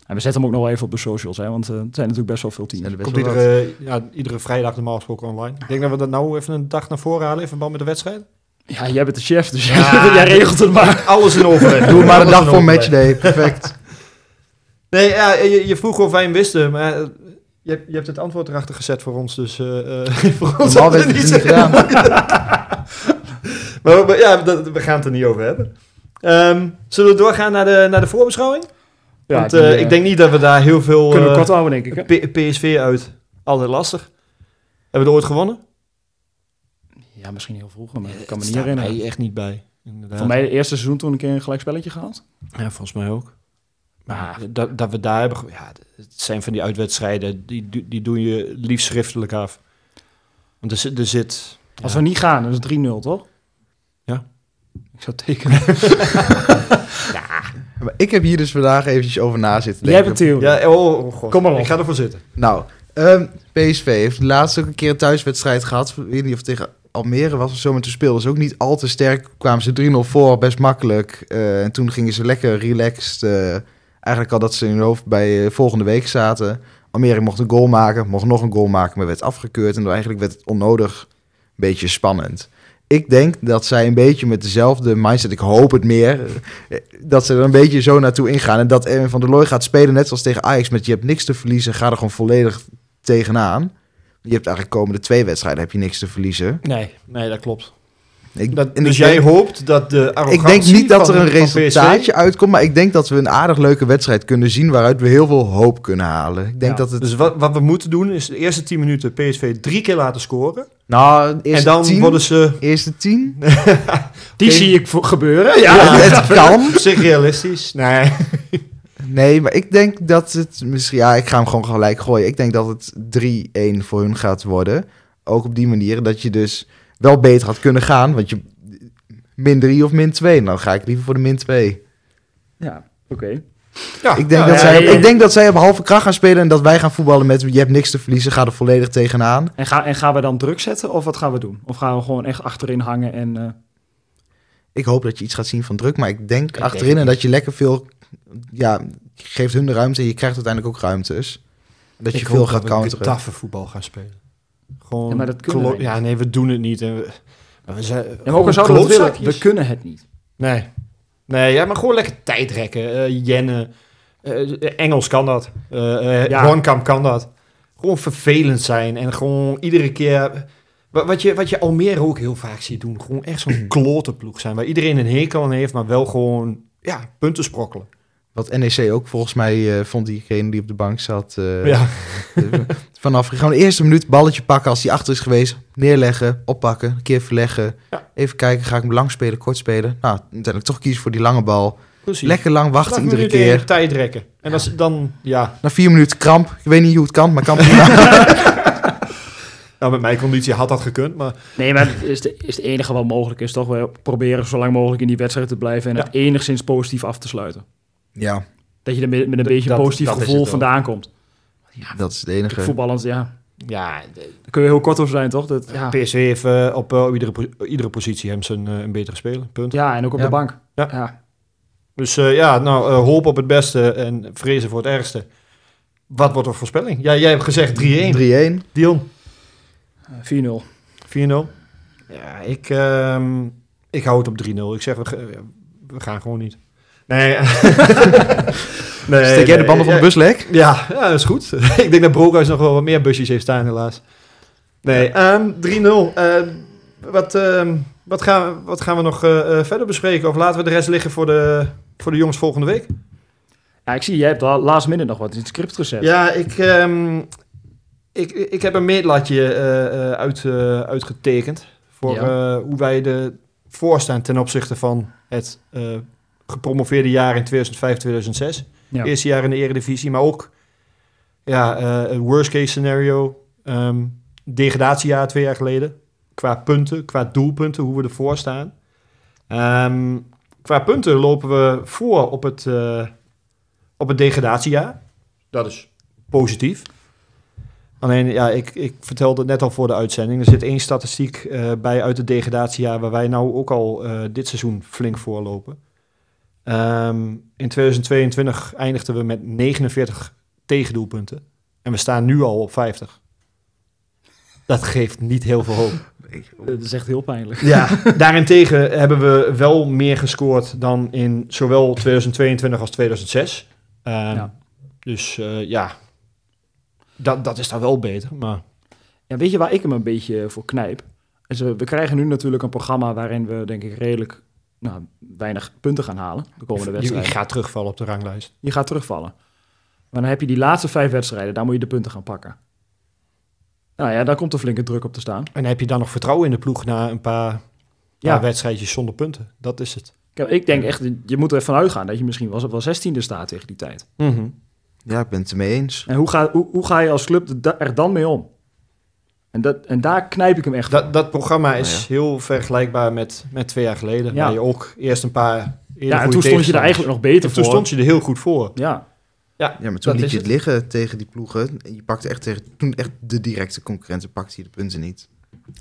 Speaker 3: En we zetten hem ook nog wel even op de socials, hè, want eh, het zijn natuurlijk best wel veel teams.
Speaker 2: Komt iedere, ja, iedere vrijdag normaal gesproken online. Ik denk dat we dat nou even een dag naar voren halen in verband met de wedstrijd.
Speaker 3: Ja, jij bent de chef, dus jij, jij regelt het maar.
Speaker 2: Alles in overleg.
Speaker 4: Doe maar de
Speaker 2: Alles
Speaker 4: dag
Speaker 2: in
Speaker 4: voor
Speaker 2: overleg.
Speaker 4: matchday, perfect.
Speaker 2: Nee, ja, je, je vroeg of wij hem wisten, maar eh, je, hebt- je hebt het antwoord erachter gezet voor ons, dus eh, eh, voor ons
Speaker 4: Normaal
Speaker 2: hadden we het
Speaker 4: werd het
Speaker 2: niet
Speaker 4: niet
Speaker 2: zeggen.
Speaker 4: gedaan.
Speaker 2: Maar, maar ja, dat, we gaan het er niet over hebben. Ehm, zullen we doorgaan naar de, naar de voorbeschouwing? Want eh, ik denk niet dat we daar heel veel...
Speaker 3: Kunnen we
Speaker 2: eh,
Speaker 3: kort houden, denk ik. Hè?
Speaker 2: P- PSV uit, altijd lastig. Hebben we er ooit gewonnen?
Speaker 3: Ja, misschien heel vroeg, maar ik kan me
Speaker 2: Dat
Speaker 3: niet
Speaker 2: staat
Speaker 3: herinneren.
Speaker 2: mij echt niet bij. Inderdaad.
Speaker 3: Voor mij het eerste seizoen toen een keer een gelijk spelletje gehaald.
Speaker 2: Ja, volgens mij ook. Maar
Speaker 3: Maar-
Speaker 2: dat, dat we daar hebben... ge- Ja, het zijn van die uitwedstrijden, die, die doe je liefst schriftelijk af. Want er, er zit...
Speaker 3: Als we niet gaan, dan is het 3-0, toch?
Speaker 2: Ja.
Speaker 3: Ik zou tekenen.
Speaker 4: Maar ik heb hier dus vandaag eventjes over na zitten
Speaker 3: Jij
Speaker 4: denken.
Speaker 3: hebt een theorie.
Speaker 2: Ja, oh, oh, god.
Speaker 3: Kom maar op.
Speaker 2: Ik ga ervoor zitten.
Speaker 4: Nou, ehm, PSV heeft laatst ook een keer een thuiswedstrijd gehad. Ik weet niet of het tegen Almere was of zo, maar toen speelden ze ook niet al te sterk. Kwamen ze 3-0 voor, best makkelijk. Eh, en toen gingen ze lekker relaxed. eh, eigenlijk al dat ze in hun hoofd bij eh, volgende week zaten. Almere mocht een goal maken, mocht nog een goal maken, maar werd afgekeurd. En dan eigenlijk werd het onnodig een beetje spannend. Ik denk dat zij een beetje met dezelfde mindset, ik hoop het meer, eh, dat ze er een beetje zo naartoe ingaan. En dat Erwin van der Looy gaat spelen, net zoals tegen Ajax, met je hebt niks te verliezen, ga er gewoon volledig tegenaan. Je hebt eigenlijk komende twee wedstrijden heb je niks te verliezen.
Speaker 2: Nee, nee, dat klopt.
Speaker 4: Ik,
Speaker 2: Dat,
Speaker 4: en
Speaker 2: dus
Speaker 4: ik
Speaker 2: jij
Speaker 4: denk-
Speaker 2: hoopt dat de arrogantie
Speaker 4: ik denk niet dat
Speaker 2: van-
Speaker 4: er een
Speaker 2: van PSV
Speaker 4: resultaatje uitkomt, maar ik denk dat we een aardig leuke wedstrijd kunnen zien waaruit we heel veel hoop kunnen halen. Ik denk
Speaker 3: Ja.
Speaker 4: dat het.
Speaker 2: Dus wat, wat we moeten doen is de eerste 10 minuten PSV drie keer laten scoren.
Speaker 4: Nou,
Speaker 2: En
Speaker 4: eerste
Speaker 2: dan
Speaker 4: tien,
Speaker 2: worden ze
Speaker 4: eerste tien.
Speaker 3: Die
Speaker 2: Oké.
Speaker 3: zie ik vo- gebeuren.
Speaker 4: Ja, het kan.
Speaker 2: op zich realistisch. Nee.
Speaker 4: Nee, maar ik denk dat het misschien. Ja, ik ga hem gewoon gelijk gooien. Ik denk dat het 3-1 voor hun gaat worden. Ook op die manier dat je dus wel beter had kunnen gaan. Want je. Min 3 of min 2. Nou ga ik liever voor de min 2.
Speaker 3: Ja, oké.
Speaker 2: Ja,
Speaker 4: Ik denk,
Speaker 2: ja,
Speaker 4: dat,
Speaker 2: ja,
Speaker 4: zij,
Speaker 3: Ah, nou ja, ja.
Speaker 4: ik denk dat zij op halve kracht gaan spelen. En dat wij gaan voetballen met. Je hebt niks te verliezen. Ga er volledig tegenaan.
Speaker 3: En, ga, en gaan we dan druk zetten of wat gaan we doen? Of gaan we gewoon echt achterin hangen en... eh,
Speaker 4: Ik hoop dat je iets gaat zien van druk. Maar ik denk
Speaker 2: denk
Speaker 4: achterin. En dat je lekker veel. Ja, je geeft hun de ruimte. En je krijgt uiteindelijk ook ruimtes. Dat je
Speaker 2: Ik
Speaker 4: veel
Speaker 2: hoop
Speaker 4: gaat
Speaker 2: we
Speaker 4: counteren.
Speaker 2: taffe voetbal gaan spelen. Gewoon
Speaker 3: Ja, maar dat kunnen
Speaker 2: klo-
Speaker 3: wij niet.
Speaker 2: Ja, nee, we doen het niet. En we, maar we zijn,
Speaker 3: En ook al
Speaker 2: gewoon
Speaker 3: zouden we het willen,
Speaker 2: klootzakjes.
Speaker 3: we kunnen het niet.
Speaker 2: Nee. Nee, ja, maar gewoon lekker tijd rekken. eh, jennen. Eh, Engels kan dat. Eh eh
Speaker 3: Ja.
Speaker 2: Hornkamp kan dat. Gewoon vervelend zijn. En gewoon iedere keer... wa- Wat je, wat je Almere ook heel vaak ziet doen. Gewoon echt zo'n klote ploeg zijn. Waar iedereen een hekel aan heeft, maar wel gewoon ja, punten sprokkelen.
Speaker 4: Wat NEC ook volgens mij eh, vond diegene die op de bank zat. eh,
Speaker 2: ja.
Speaker 4: eh, vanaf gewoon de eerste minuut balletje pakken als die achter is geweest. Neerleggen, oppakken, een keer verleggen.
Speaker 2: Ja.
Speaker 4: Even kijken, ga ik hem lang spelen, kort spelen. Nou, uiteindelijk toch kiezen voor die lange bal.
Speaker 2: Precies.
Speaker 4: Lekker lang wachten
Speaker 2: Laat me
Speaker 4: iedere
Speaker 2: nu de hele
Speaker 4: keer.
Speaker 2: tijd rekken. En als, dan, ja.
Speaker 4: Na vier minuten kramp. Ik weet niet hoe het kan, maar kan prima.
Speaker 2: Nou, met mijn conditie had dat gekund, maar...
Speaker 3: Nee, maar het is, de, is het enige wat mogelijk is, toch? We proberen zo lang mogelijk in die wedstrijd te blijven en
Speaker 2: Ja.
Speaker 3: het enigszins positief af te sluiten.
Speaker 4: ja,
Speaker 3: Dat je er met, met een beetje
Speaker 2: dat-
Speaker 3: positief
Speaker 2: dat is
Speaker 3: gevoel
Speaker 2: het wel.
Speaker 3: vandaan komt.
Speaker 4: dat is het enige.
Speaker 3: Voetballend, ja.
Speaker 2: Ja,
Speaker 3: Daar kun je heel kort over zijn, toch? Dat, ja.
Speaker 2: PSV heeft eh, op, eh, op iedere, po- iedere positie hem zijn eh, een betere speler, punt.
Speaker 3: ja, en ook op
Speaker 4: Ja.
Speaker 3: de bank.
Speaker 2: Ja.
Speaker 3: ja.
Speaker 2: Dus eh, ja, nou, eh, hoop op het beste en vrezen voor het ergste. Wat wordt de voorspelling? Ja, jij hebt gezegd 3-1.
Speaker 4: 3-1.
Speaker 2: Dion,
Speaker 3: Eh, 4-0.
Speaker 2: 4-0. Ja, ik, ehm, ik hou het op 3-0. Ik zeg, we, ge- we gaan gewoon niet. Nee. nee
Speaker 4: Steek jij de
Speaker 2: nee,
Speaker 4: banden van
Speaker 2: ja,
Speaker 4: de bus lek?
Speaker 2: Ja, ja, dat is goed. ik denk dat Broekhuis nog wel wat meer busjes heeft staan, helaas. Nee, ehm, 3-0. Ehm, wat, ehm, wat, gaan, wat gaan we nog eh, eh, verder bespreken? Of laten we de rest liggen voor de, voor de jongens volgende week?
Speaker 3: Ja, ik zie, jij hebt al laatst minute nog wat in het script gezet.
Speaker 2: Ja, ik, ehm, ik, ik heb een meetlatje eh, eh, uit, eh, uitgetekend. Voor eh, hoe wij er voor staan ten opzichte van het eh, gepromoveerde jaar in 2005, 2006.
Speaker 3: Ja.
Speaker 2: Eerste jaar in de eredivisie, maar ook ja, eh, een worst case scenario. ehm, degradatiejaar twee jaar geleden. Qua punten, qua doelpunten, hoe we ervoor staan. Ehm, qua punten lopen we voor op het, eh, op het degradatiejaar. Dat is positief. Alleen, ja, ik, ik vertelde het net al voor de uitzending. Er zit één statistiek eh, bij uit het degradatiejaar... waar wij nou ook al eh, dit seizoen flink voorlopen. Ehm, in 2022 eindigden we met 49 tegendoelpunten. En we staan nu al op 50. Dat geeft niet heel veel hoop.
Speaker 3: Dat is echt heel pijnlijk.
Speaker 2: Ja, daarentegen hebben we wel meer gescoord dan in zowel 2022 als 2006. Ehm,
Speaker 3: Ja.
Speaker 2: Dus eh, ja, dat, dat is dan wel beter. Maar
Speaker 3: Ja, weet je waar ik hem een beetje voor knijp? Is, eh, we krijgen nu natuurlijk een programma waarin we, denk ik, redelijk nou, weinig punten gaan halen de komende
Speaker 2: je, je
Speaker 3: wedstrijden.
Speaker 2: gaat terugvallen op de ranglijst.
Speaker 3: Je gaat terugvallen. Maar dan heb je die laatste vijf wedstrijden, daar moet je de punten gaan pakken. Nou ja, daar komt een flinke druk op te staan.
Speaker 2: En heb je dan nog vertrouwen in de ploeg na een paar,
Speaker 3: Ja.
Speaker 2: paar wedstrijdjes zonder punten? Dat is het.
Speaker 3: Ik- Ik denk echt, je moet ervan uitgaan dat je misschien wel, wel 16e staat tegen die tijd.
Speaker 4: Ja, ik ben het ermee eens.
Speaker 3: En hoe ga, hoe, hoe ga je als club de- er dan mee om? En, dat, en daar knijp ik hem echt van.
Speaker 2: Dat, dat programma is
Speaker 4: Nou ja.
Speaker 2: heel vergelijkbaar met, met twee jaar geleden.
Speaker 3: Ja.
Speaker 2: Waar je ook eerst een paar. hele
Speaker 3: ja, en
Speaker 2: goede
Speaker 3: toen stond je er
Speaker 2: tegenstanders-
Speaker 3: eigenlijk nog beter
Speaker 2: En
Speaker 3: voor.
Speaker 2: toen stond je er heel goed voor.
Speaker 3: Ja,
Speaker 4: Ja, maar toen
Speaker 2: Dat
Speaker 4: liet
Speaker 2: is
Speaker 4: je het liggen tegen die ploegen. En je pakte echt tegen, toen echt de directe concurrenten pakte je de punten niet.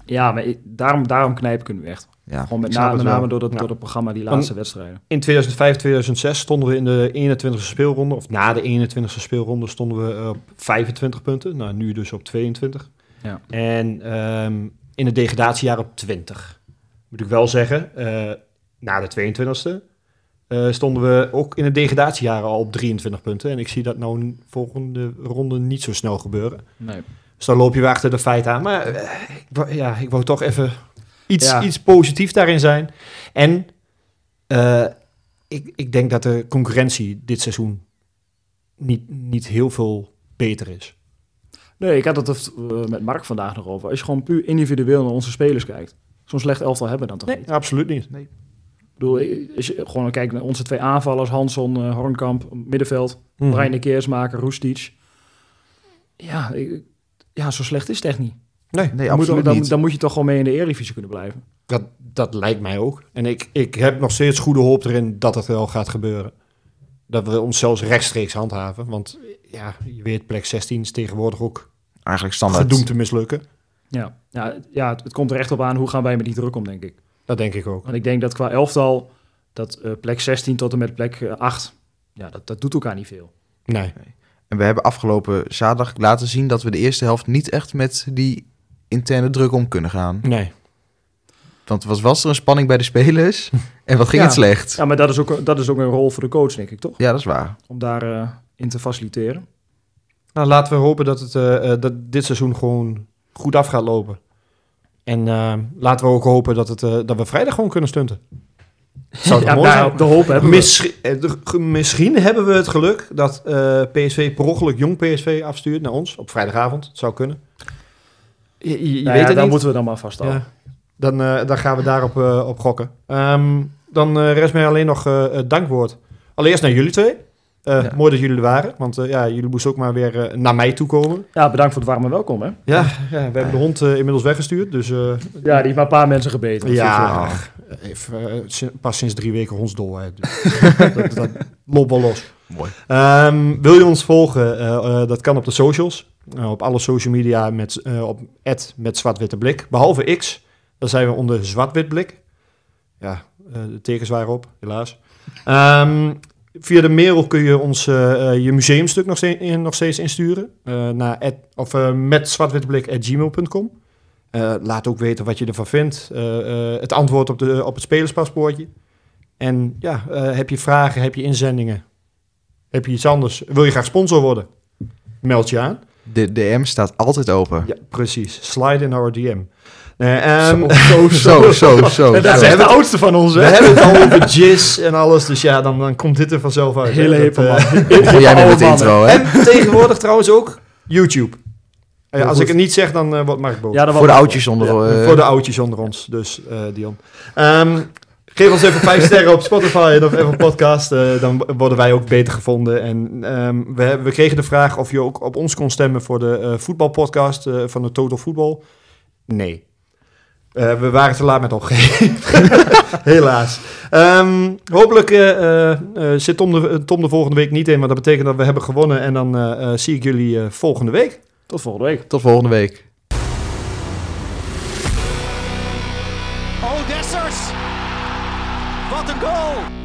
Speaker 3: ja maar ik- daarom, daarom knijp ik hem nu echt.
Speaker 4: Ja,
Speaker 3: Gewoon met,
Speaker 4: ik snap
Speaker 3: na,
Speaker 4: het
Speaker 3: met
Speaker 4: wel.
Speaker 3: name door dat,
Speaker 2: Ja.
Speaker 3: door dat programma, die
Speaker 2: Want-
Speaker 3: laatste wedstrijden.
Speaker 2: In 2005, 2006 stonden we in de 21ste speelronde. Of na de 21ste speelronde stonden we eh, op 25 punten. Nou, nu dus op 22.
Speaker 3: Ja.
Speaker 2: En ehm, in het degradatiejaar op 20. Moet ik wel zeggen, eh, na de 22e eh, stonden we ook in het degradatiejaar al op 23 punten. En ik zie dat nou n- volgende ronde niet zo snel gebeuren.
Speaker 3: Nee.
Speaker 2: Dus dan loop je weer achter de feiten aan. Maar eh, ik, wou, ja, ik wou toch even iets,
Speaker 3: Ja.
Speaker 2: iets positiefs daarin zijn. En eh, ik, ik denk dat de concurrentie dit seizoen niet, niet heel veel beter is.
Speaker 3: Nee, ik had het er, eh, met Mark vandaag nog over. Als je gewoon puur individueel naar onze spelers kijkt. Zo'n slecht elftal hebben we dan toch niet?
Speaker 2: Nee, absoluut niet.
Speaker 3: Ik bedoel, eh, als je gewoon kijkt naar onze twee aanvallers, Hanson, eh, Hornkamp, middenveld,
Speaker 2: Mhm.
Speaker 3: Brian de Keersmaker, Roestic. Ja, ik- ja, zo slecht is het echt niet.
Speaker 2: Nee,
Speaker 4: Nee,
Speaker 3: Dan moet-
Speaker 4: absoluut
Speaker 3: dan,
Speaker 4: niet.
Speaker 3: dan moet je toch gewoon mee in de Eredivisie kunnen blijven.
Speaker 2: dat, dat lijkt mij ook. En ik, ik heb nog steeds goede hoop erin dat het wel gaat gebeuren. Dat we ons zelfs rechtstreeks handhaven. Want ja, je weet, plek 16 is tegenwoordig ook
Speaker 4: Eigenlijk standaard.
Speaker 2: gedoemd te mislukken.
Speaker 3: Ja, ja, het- ja het, het komt er echt op aan hoe gaan wij met die druk om, denk ik.
Speaker 2: Dat denk ik ook.
Speaker 3: Want ik denk dat qua elftal, dat eh, plek 16 tot en met plek eh, 8, ja, dat, dat doet elkaar niet veel.
Speaker 2: Nee.
Speaker 4: En we hebben afgelopen zaterdag laten zien dat we de eerste helft niet echt met die interne druk om kunnen gaan.
Speaker 2: Nee.
Speaker 4: Want was, was er een spanning bij de spelers? En wat ging
Speaker 3: Ja.
Speaker 4: het slecht? Ja.
Speaker 3: Ja, maar dat is, ook, dat is ook een rol voor de coach, denk ik, toch?
Speaker 4: dat is waar.
Speaker 3: Om daar eh, in te faciliteren.
Speaker 2: Nou, laten we hopen dat, het, eh, eh, dat dit seizoen gewoon goed af gaat lopen. En eh, laten we ook hopen dat, het, eh, dat we vrijdag gewoon kunnen stunten. Zou het
Speaker 3: Ja,
Speaker 2: mooi
Speaker 3: nou,
Speaker 2: zijn?
Speaker 3: de hoop hebben we.
Speaker 2: Misschien, eh, de- ge- misschien hebben we het geluk dat eh, PSV per ongeluk jong PSV afstuurt naar ons op vrijdagavond. Het zou kunnen. Je, je- je
Speaker 3: Nou
Speaker 2: weet
Speaker 3: ja,
Speaker 2: het
Speaker 3: daar
Speaker 2: niet.
Speaker 3: moeten we dan maar vasthouden.
Speaker 2: Ja. Dan, eh, dan gaan we daarop eh, op gokken. Ehm, dan eh, rest mij alleen nog eh, het dankwoord. Allereerst naar jullie twee. Eh,
Speaker 4: Ja.
Speaker 2: Mooi dat jullie er waren. Want eh, ja, jullie moesten ook maar weer eh, naar mij toe komen.
Speaker 3: Ja, bedankt voor het warme welkom, hè.
Speaker 2: Ja, ja we hebben de hond eh, inmiddels weggestuurd. Dus eh,
Speaker 3: Ja, die heeft maar een paar mensen gebeten.
Speaker 2: ja,
Speaker 4: vind
Speaker 2: even, eh, si- pas sinds drie weken hondsdolheid. Dus dat, dat loopt wel los.
Speaker 4: Mooi.
Speaker 2: Ehm, wil je ons volgen? Eh, eh, dat kan op de socials. Eh, op alle social media met, eh, op @met met zwart-witte blik. Behalve X, daar zijn we onder zwart-wit blik. Ja, eh, de tekens waren op, helaas. Ehm, via de mail kun je ons eh, eh, je museumstuk nog steeds, in- nog steeds insturen. eh, naar at- of, eh, met zwartwitblik@gmail.com. Eh, laat ook weten wat je ervan vindt. Eh, eh, het antwoord op, de, op het spelerspaspoortje. En ja, eh, heb je vragen, heb je inzendingen, heb je iets anders? Wil je graag sponsor worden? Meld je aan.
Speaker 4: De DM staat altijd open.
Speaker 2: Ja, precies. Slide in our DM. Nee, ehm,
Speaker 4: zo, zo, zo, zo.
Speaker 3: dat is
Speaker 4: zo.
Speaker 3: echt de oudste van ons,
Speaker 2: we
Speaker 3: hè.
Speaker 2: hebben het al over jizz en alles, dus ja, dan, dan komt dit er vanzelf uit. hè.
Speaker 3: Hele
Speaker 2: Dat,
Speaker 3: hippe
Speaker 2: eh,
Speaker 3: man.
Speaker 4: Wil jij met
Speaker 3: Oude
Speaker 4: het
Speaker 3: mannen.
Speaker 4: intro, hè?
Speaker 2: En tegenwoordig trouwens ook YouTube. Eh,
Speaker 3: Heel
Speaker 2: als ik
Speaker 3: goed.
Speaker 2: het niet zeg, dan eh wordt Mark boos.
Speaker 3: Ja, dan
Speaker 4: Voor de
Speaker 3: wel-
Speaker 4: oudjes onder... eh,
Speaker 2: Voor de oudjes onder ons, dus eh, Dion. Ehm, geef ons even vijf sterren op Spotify en op Apple Podcast. eh, dan worden wij ook beter gevonden. En ehm, we, hebben- we kregen de vraag of je ook op ons kon stemmen voor de eh, voetbalpodcast eh, van de Total Voetbal. Nee. Eh, we waren te laat met opgeven. Helaas. Ehm, hopelijk eh, eh, eh, zit Tom de, Tom de volgende week niet in, want dat betekent dat we hebben gewonnen. En dan eh, eh, zie ik jullie eh, volgende week.
Speaker 3: Tot volgende week.
Speaker 4: Tot volgende week.
Speaker 1: Oh, Dessers! Wat een goal!